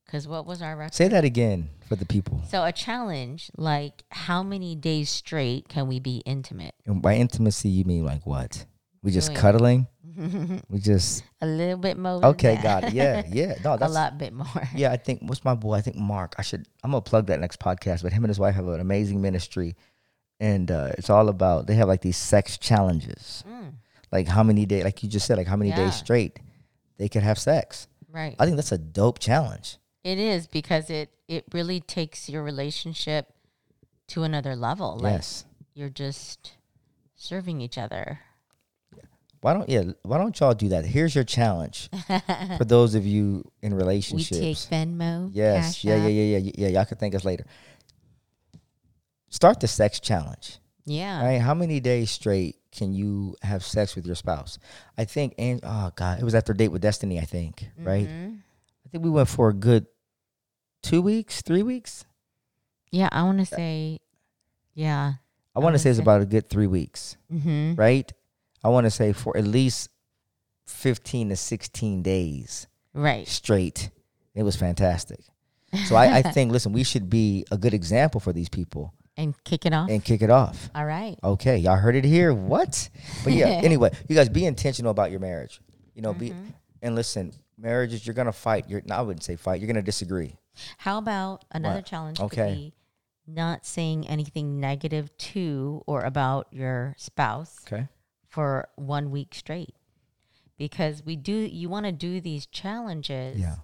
S2: Because what was our record?
S1: Say that again for the people.
S2: So a challenge like how many days straight can we be
S1: [laughs]
S2: intimate?
S1: And by intimacy you mean like what? We just
S2: Doing.
S1: cuddling? We just
S2: a little bit more. than
S1: Okay,
S2: that.
S1: got it.
S2: [laughs]
S1: Yeah, yeah. No,
S2: a
S1: that's
S2: lot bit more.
S1: yeah, I think what's my boy? I think Mark. I should. I'm gonna plug that next podcast. But him and his wife have an amazing ministry, and uh, it's all about they have like these sex challenges,
S2: Mm,
S1: like how many days, like you just said, like how many
S2: Yeah.
S1: days straight they could have sex.
S2: [laughs] right.
S1: I think that's a dope challenge.
S2: It is because it it really takes your relationship to another level. Like
S1: yes.
S2: you're just serving each other.
S1: Why don't yeah? Why don't y'all do that? Here's your challenge
S2: [laughs]
S1: for those of you in
S2: We take
S1: relationships.
S2: Venmo.
S1: yes.
S2: Cash
S1: Yeah, yeah.
S2: App.
S1: Yeah. Yeah. Yeah. Y'all can thank us later. Start the sex challenge.
S2: Yeah.
S1: Right? How many days straight can you have sex with your spouse? I think, and oh god, it was after date with Destiny. I think, right?
S2: Mhm.
S1: I think we went for a good two weeks, three weeks.
S2: Yeah, I want to say, yeah.
S1: I want to say it's
S2: Oh, Okay.
S1: about a good three weeks,
S2: Mm-hmm.
S1: right? I want to say for at least fifteen to sixteen days
S2: Right.
S1: straight. It was fantastic. So I, I think, listen, we should be a good example for these people
S2: And kick it off.
S1: and kick it off.
S2: All right.
S1: Okay, y'all heard it here. What? But
S2: [laughs]
S1: yeah, anyway, you guys be intentional about your marriage. You know,
S2: Mm-hmm.
S1: be and listen, marriages you're gonna fight. You're no, I wouldn't say fight, you're gonna disagree.
S2: How about another
S1: What?
S2: challenge?
S1: Okay.
S2: Could be not saying anything negative to or about your spouse.
S1: Okay.
S2: for one week straight because we do you want to do these challenges
S1: Yeah.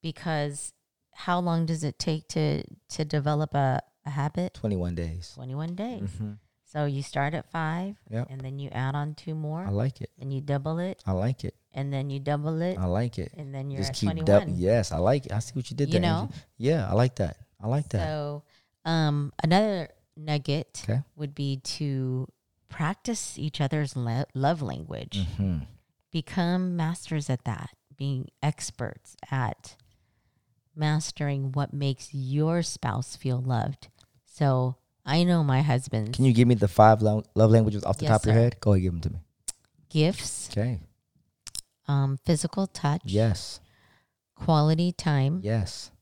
S2: because how long does it take to to develop a, a habit
S1: Twenty one days.
S2: 21 days
S1: Mm-hmm.
S2: so you start at five
S1: Yep.
S2: and then you add on two more
S1: I like it.
S2: and you double it
S1: I like it.
S2: and then you double it
S1: I like it.
S2: and then you're
S1: Just
S2: at
S1: keep
S2: 21
S1: dou- yes, I like it. I see what you did
S2: You
S1: there. Angie.
S2: know?
S1: Yeah, I like that. I like that.
S2: so um another nugget
S1: Okay.
S2: would be to practice each other's lo- love language
S1: hmm
S2: become masters at that, being experts at mastering what makes your spouse feel loved. So I know my husband's
S1: Can you give me the five lo- love languages off the
S2: Yes,
S1: top of your
S2: sir.
S1: head? Go ahead, give them to me.
S2: gifts,
S1: Okay.
S2: um, physical touch,
S1: Yes.
S2: quality time,
S1: Yes.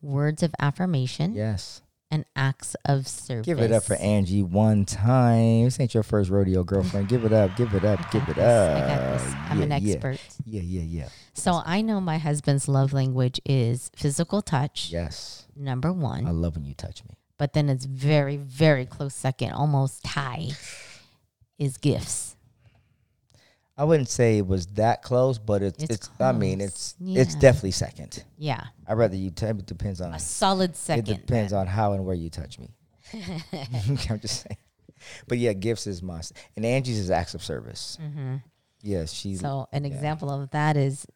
S2: words of affirmation,
S1: Yes.
S2: and acts of service.
S1: Give it up for Angie one time. This ain't your first rodeo girlfriend. Give it up. Give it up. Give it
S2: Yes,
S1: up.
S2: I got this. I'm
S1: Yeah,
S2: an
S1: yeah.
S2: expert.
S1: Yeah, yeah, yeah.
S2: So I know my husband's love language is physical touch,
S1: Yes.
S2: number one.
S1: I love when you touch me.
S2: but then it's very, very close second, almost tie, is gifts.
S1: I wouldn't say it was that close, but it's
S2: It's
S1: it's, I mean
S2: close.
S1: it's it's
S2: Yeah.
S1: definitely second.
S2: Yeah,
S1: I rather you t- it depends on
S2: a solid
S1: it
S2: second.
S1: depends on how and where you touch
S2: [laughs]
S1: me. [laughs] I'm just saying. But yeah, gifts is must. And Angie's is acts of service. Yes, she
S2: Mm-hmm. So an example of that is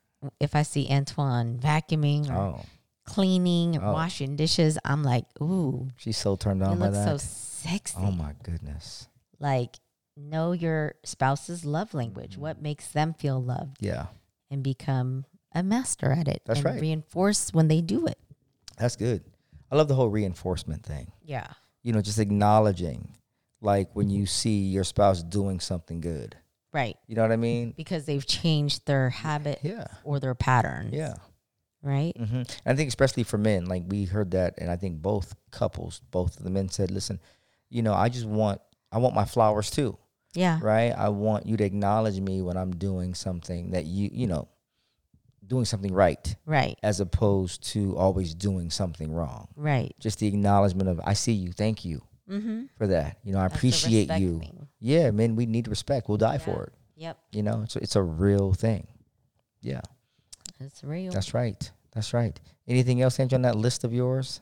S2: if I see Antoine vacuuming or
S1: Oh,
S2: cleaning,
S1: Oh.
S2: washing dishes, I'm like, ooh,
S1: she's so turned on
S2: you
S1: by
S2: look so
S1: that.
S2: sexy.
S1: oh my goodness.
S2: Like, know your spouse's love language,
S1: Mm-hmm.
S2: what makes them feel loved,
S1: Yeah.
S2: and become a master at it.
S1: That's
S2: and
S1: right.
S2: Reinforce when they do it.
S1: That's good. I love the whole reinforcement thing.
S2: Yeah.
S1: You know, just acknowledging like when you see your spouse doing something good.
S2: Right.
S1: You know what I mean?
S2: Because they've changed their habit
S1: Yeah.
S2: or their pattern.
S1: Yeah.
S2: Right?
S1: hmm I think especially for men, like we heard that, and I think both couples, both of the men said, "Listen, you know, I just want, I want my flowers too,
S2: Yeah.
S1: right? I want you to acknowledge me when I'm doing something that you, you know, doing something right,
S2: Right.
S1: as opposed to always doing something wrong.
S2: Right.
S1: Just the acknowledgement of, I see you, thank you
S2: Mm-hmm.
S1: for that. You know, I appreciate you. Yeah, men, we need respect. We'll die for it.
S2: Yep.
S1: You know, it's it's a real thing. Yeah,
S2: It's real.
S1: that's right. That's right. Anything else, Andrew, on that list of yours?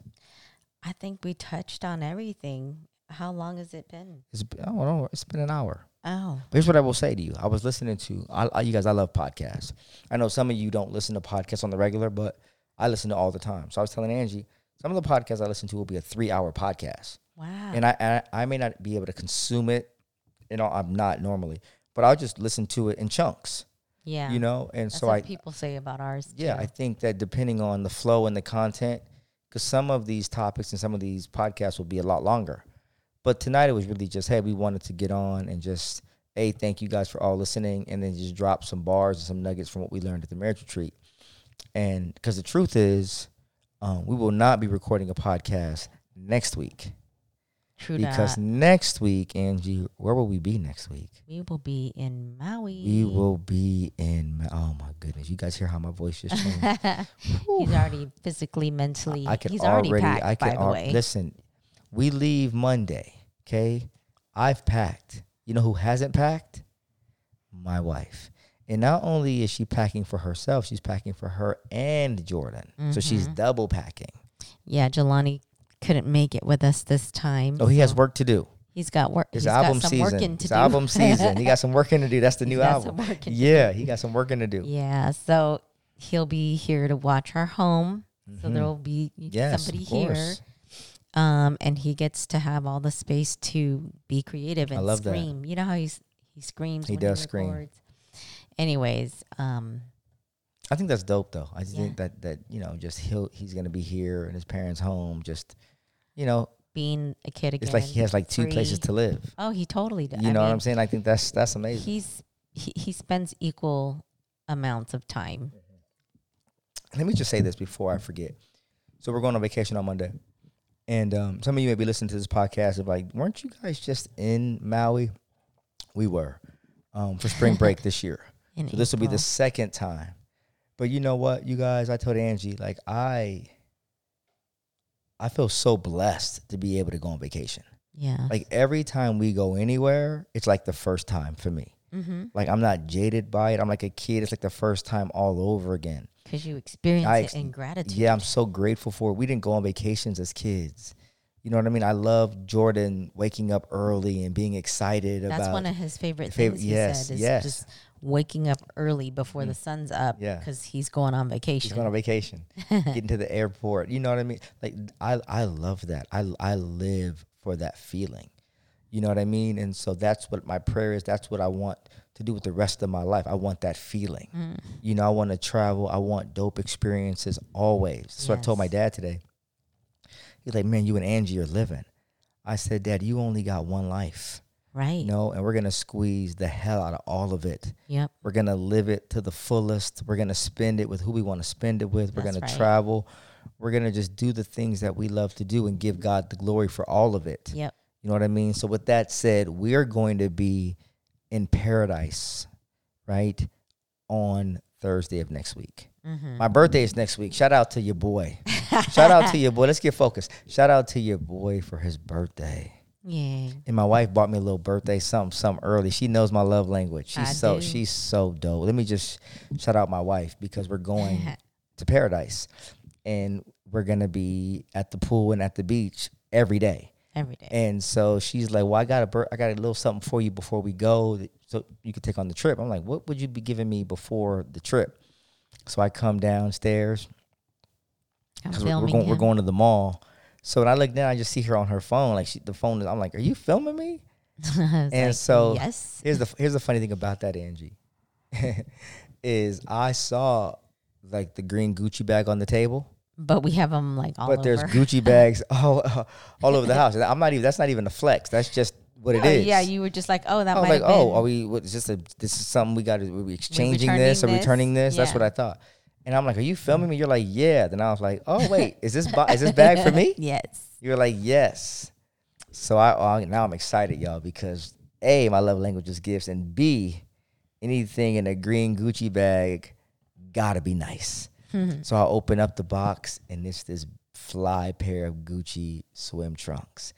S2: I think we touched on everything. How long has it been?
S1: It's b- I don't know. It's been an hour.
S2: Oh,
S1: But here's what I will say to you. I was listening to I, I, you guys. I love podcasts. I know some of you don't listen to podcasts on the regular, but I listen to all the time. So I was telling Angie some of the podcasts I listen to will be a three-hour podcast,
S2: wow.
S1: and I, and I I may not be able to consume it. You know, I'm not normally, but I'll just listen to it in chunks.
S2: yeah.
S1: You know, and
S2: That's
S1: so
S2: what
S1: I
S2: people say about ours.
S1: yeah,
S2: too.
S1: I think that depending on the flow and the content, because some of these topics and some of these podcasts will be a lot longer. But tonight it was really just, hey, we wanted to get on and just, hey, thank you guys for all listening, and then just drop some bars and some nuggets from what we learned at the marriage retreat. And because the truth is, um, we will not be recording a podcast next week
S2: True
S1: because
S2: that.
S1: next week, Angie, where will we be next week?
S2: We will be in Maui.
S1: We
S2: [laughs]
S1: will be in. Ma- Oh my goodness! You guys hear how my voice just changed?
S2: he's already physically, mentally.
S1: I can
S2: he's
S1: already,
S2: already, packed.
S1: I can
S2: by the
S1: al-
S2: way,
S1: listen. We leave Monday, okay? I've packed. You know who hasn't packed? My wife. And not only is she packing for herself, she's packing for her and Jordan. So she's
S2: Mm-hmm.
S1: double packing.
S2: yeah, Jelani couldn't make it with us this time.
S1: Oh, he has work to do.
S2: He's got work.
S1: His
S2: he's
S1: album
S2: got some
S1: season.
S2: working to
S1: His
S2: do. [laughs]
S1: album season. He got some working to do. That's the new
S2: got
S1: album.
S2: some working to
S1: yeah, he got some working to do.
S2: yeah, so he'll be here to watch our home. So there will be
S1: Mm-hmm. Yes,
S2: somebody
S1: of course.
S2: here. um, and he gets to have all the space to be creative and
S1: love that.
S2: scream. You know how he's, he screams.
S1: He
S2: when
S1: does
S2: he
S1: scream.
S2: records. Anyways, um,
S1: I think that's dope though. I just
S2: Yeah.
S1: think that that you know, just he'll he's gonna be here in his parents' home. Just you know,
S2: being a kid again.
S1: it's like he has like two places
S2: free.
S1: to live.
S2: Oh, he totally does.
S1: You know what I'm saying? I think that's that's amazing.
S2: He's he, he spends equal amounts of time.
S1: Let me just say this before I forget. So we're going on vacation on Monday, and um, some of you may be listening to this podcast of like, weren't you guys just in Maui? We were um, for
S2: [laughs]
S1: spring break this year.
S2: In
S1: So this will be the
S2: April.
S1: second time. But you know what, you guys? I told Angie like I, I feel so blessed to be able to go on vacation.
S2: yeah.
S1: Like every time we go anywhere, it's like the first time for me.
S2: mm-hmm.
S1: Like I'm not jaded by it. I'm like a kid. It's like the first time all over again.
S2: Because you experience
S1: I
S2: it
S1: ex-
S2: in gratitude.
S1: Yeah, I'm so grateful for it. We didn't go on vacations as kids. You know what I mean? I love Jordan waking up early and being excited
S2: That's
S1: about
S2: one of his favorite
S1: favorite-
S2: things. He
S1: yes,
S2: said is
S1: yes. Mm.
S2: just waking up early before the sun's up.
S1: Yeah.
S2: because he's going on vacation.
S1: He's going on
S2: [laughs]
S1: vacation, getting to the airport. You know what I mean? Like I, I love that. I, I live for that feeling. You know what I mean? And so that's what my prayer is. That's what I want to do with the rest of my life. I want that feeling.
S2: Mm.
S1: You know, I want to travel. I want dope experiences always. That's what I told my
S2: Yes.
S1: dad today. He's like, man, you and Angie are living. I said, Dad, you only got one life.
S2: right.
S1: You know, and we're gonna squeeze the hell out of all of it.
S2: Yep.
S1: We're going to live it to the fullest. We're going to spend it with who we want to spend it with. We're
S2: That's
S1: going
S2: right.
S1: to travel. we're gonna just do the things that we love to do and give God the glory for all of it.
S2: Yep.
S1: You know what I mean? So with that said, we are going to be in paradise, right? On Thursday of next week.
S2: mm-hmm.
S1: My birthday is next week. Shout out to your
S2: [laughs]
S1: boy. Shout out to your boy. Let's get focused. Shout out to your boy for his birthday.
S2: Yeah.
S1: And my wife bought me a little birthday something something early. She knows my love language. She's
S2: I
S1: so
S2: do.
S1: she's so dope. Let me just shout out my wife because we're going to paradise. And we're gonna be at the pool and at the beach every day.
S2: [laughs] Every day.
S1: And so she's like, "Well, I got a bir- I got a little something for you before we go, that- so you could take on the trip." I'm like, "What would you be giving me before the trip?" So I come downstairs
S2: I'm
S1: because we're, we're,
S2: filming
S1: going, we're
S2: him.
S1: going to the mall. So when I look down, I just see her on her phone, like she, the phone. is- I'm like, "Are you filming me?"
S2: [laughs] I was
S1: And
S2: like,
S1: so
S2: yes.
S1: here's the here's the funny thing about that, Angie, [laughs] is I saw like the green Gucci bag on the table.
S2: But we have them like all
S1: but there's
S2: over.
S1: Gucci bags [laughs] all all over the house. And I'm not even. That's not even a flex. That's just what it
S2: [laughs] Oh,
S1: is.
S2: yeah, you were just like, oh, that
S1: I was
S2: might
S1: like,
S2: have been.
S1: oh, are we? What, is this a? This is something we got to. Are we exchanging this? Are we
S2: returning
S1: returning this?
S2: this?
S1: That's
S2: Yeah.
S1: what I thought. And I'm like, are you filming me? You're like, yeah. Then I was like, oh wait, is
S2: [laughs]
S1: this bo- is this bag for me?
S2: [laughs] yes.
S1: You're like, yes. So I, I now I'm excited, y'all, because a my love language is gifts, and b anything in a green Gucci bag gotta be
S2: [laughs]
S1: nice. so I open up the box, and it's this fly pair of Gucci swim
S2: [laughs]
S1: trunks.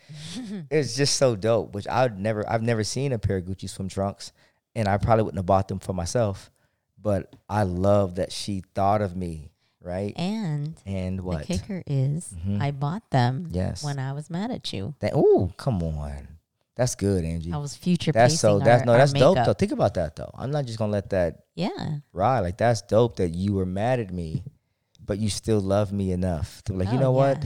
S1: it's just so dope, which I've never I've never seen a pair of Gucci swim trunks, and I probably wouldn't have bought them for myself. But I love that she thought of me, right? And,
S2: And
S1: what? Mm-hmm.
S2: the kicker is, I bought them
S1: Yes.
S2: when I was mad at you.
S1: That ooh, come on. That's good, Angie.
S2: I was future
S1: That's so that's no, that's dope though.
S2: makeup.
S1: Think about that though. I'm not just gonna let that
S2: Yeah.
S1: ride. Like that's dope that you were mad at me, but you still love me enough to be like, you
S2: Oh,
S1: know
S2: yeah.
S1: what?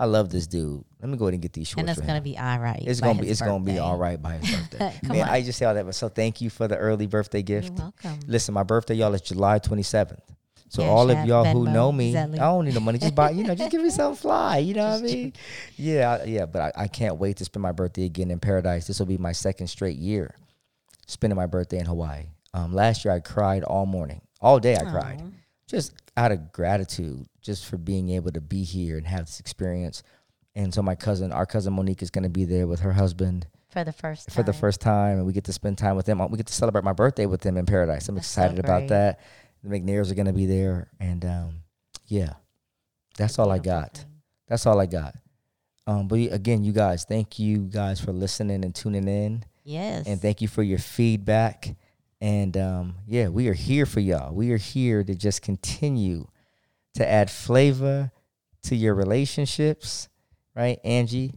S1: I love this dude. Let me go ahead and get these shorts.
S2: And it's
S1: for him."
S2: gonna be all right.
S1: it's
S2: by
S1: gonna be
S2: his
S1: it's gonna be
S2: birthday.
S1: all right by his [laughs] birthday.
S2: [laughs] Come
S1: Man,
S2: on.
S1: I just say all that, but so thank you for the early birthday gift.
S2: You're welcome.
S1: Listen, my birthday, y'all, is July 27th. So
S2: Cash
S1: all of
S2: App,
S1: y'all who
S2: Venmo,
S1: know me,
S2: Zelle.
S1: I don't need no money. Just buy, you know, just give me something fly. You know what I mean? Yeah, I- yeah. But I, I can't wait to spend my birthday again in paradise. This will be my second straight year spending my birthday in Hawaii. Um, last year I cried all morning, all day I cried, just out of gratitude, just for being able to be here and have this experience. And so my cousin, our cousin Monique, is going to be there with her husband
S2: for the first time.
S1: for the first time, and we get to spend time with them. Uh, We get to celebrate my birthday with them in paradise. I'm
S2: That's so
S1: excited about
S2: great.
S1: that. The McNairs are going to be there, and um, yeah, that's all I
S2: Beautiful
S1: got.
S2: thing.
S1: That's all I got. Um, but again, you guys, thank you guys for listening and tuning in,
S2: Yes.
S1: and thank you for your feedback. And um, yeah, we are here for y'all. We are here to just continue to add flavor to your relationships, right? Angie,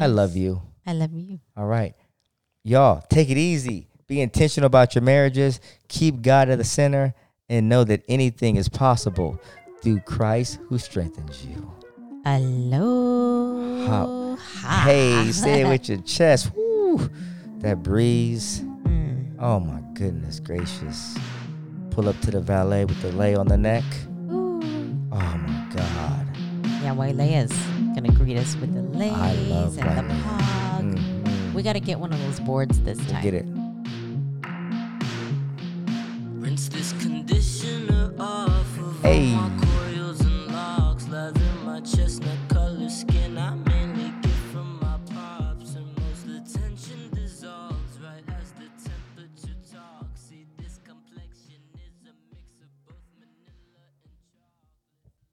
S1: I love
S2: Yes.
S1: you.
S2: I love you.
S1: All right. Y'all, take it easy. Be intentional about your marriages. Keep God at the center and know that anything is possible through Christ who strengthens you.
S2: Aloha.
S1: Hey,
S2: [laughs]
S1: say it with your chest. Woo. That breeze.
S2: Mm.
S1: Oh my goodness gracious. Pull up to the valet with the lay on the neck.
S2: Ooh.
S1: Oh my God.
S2: Yeah, Wailea's gonna greet us with the lays
S1: I love
S2: and the
S1: Wailea.
S2: pog.
S1: Mhm.
S2: We gotta get one of those boards this time.
S1: Get it.
S3: Rinse this conditioner off of all
S1: Hey.
S3: my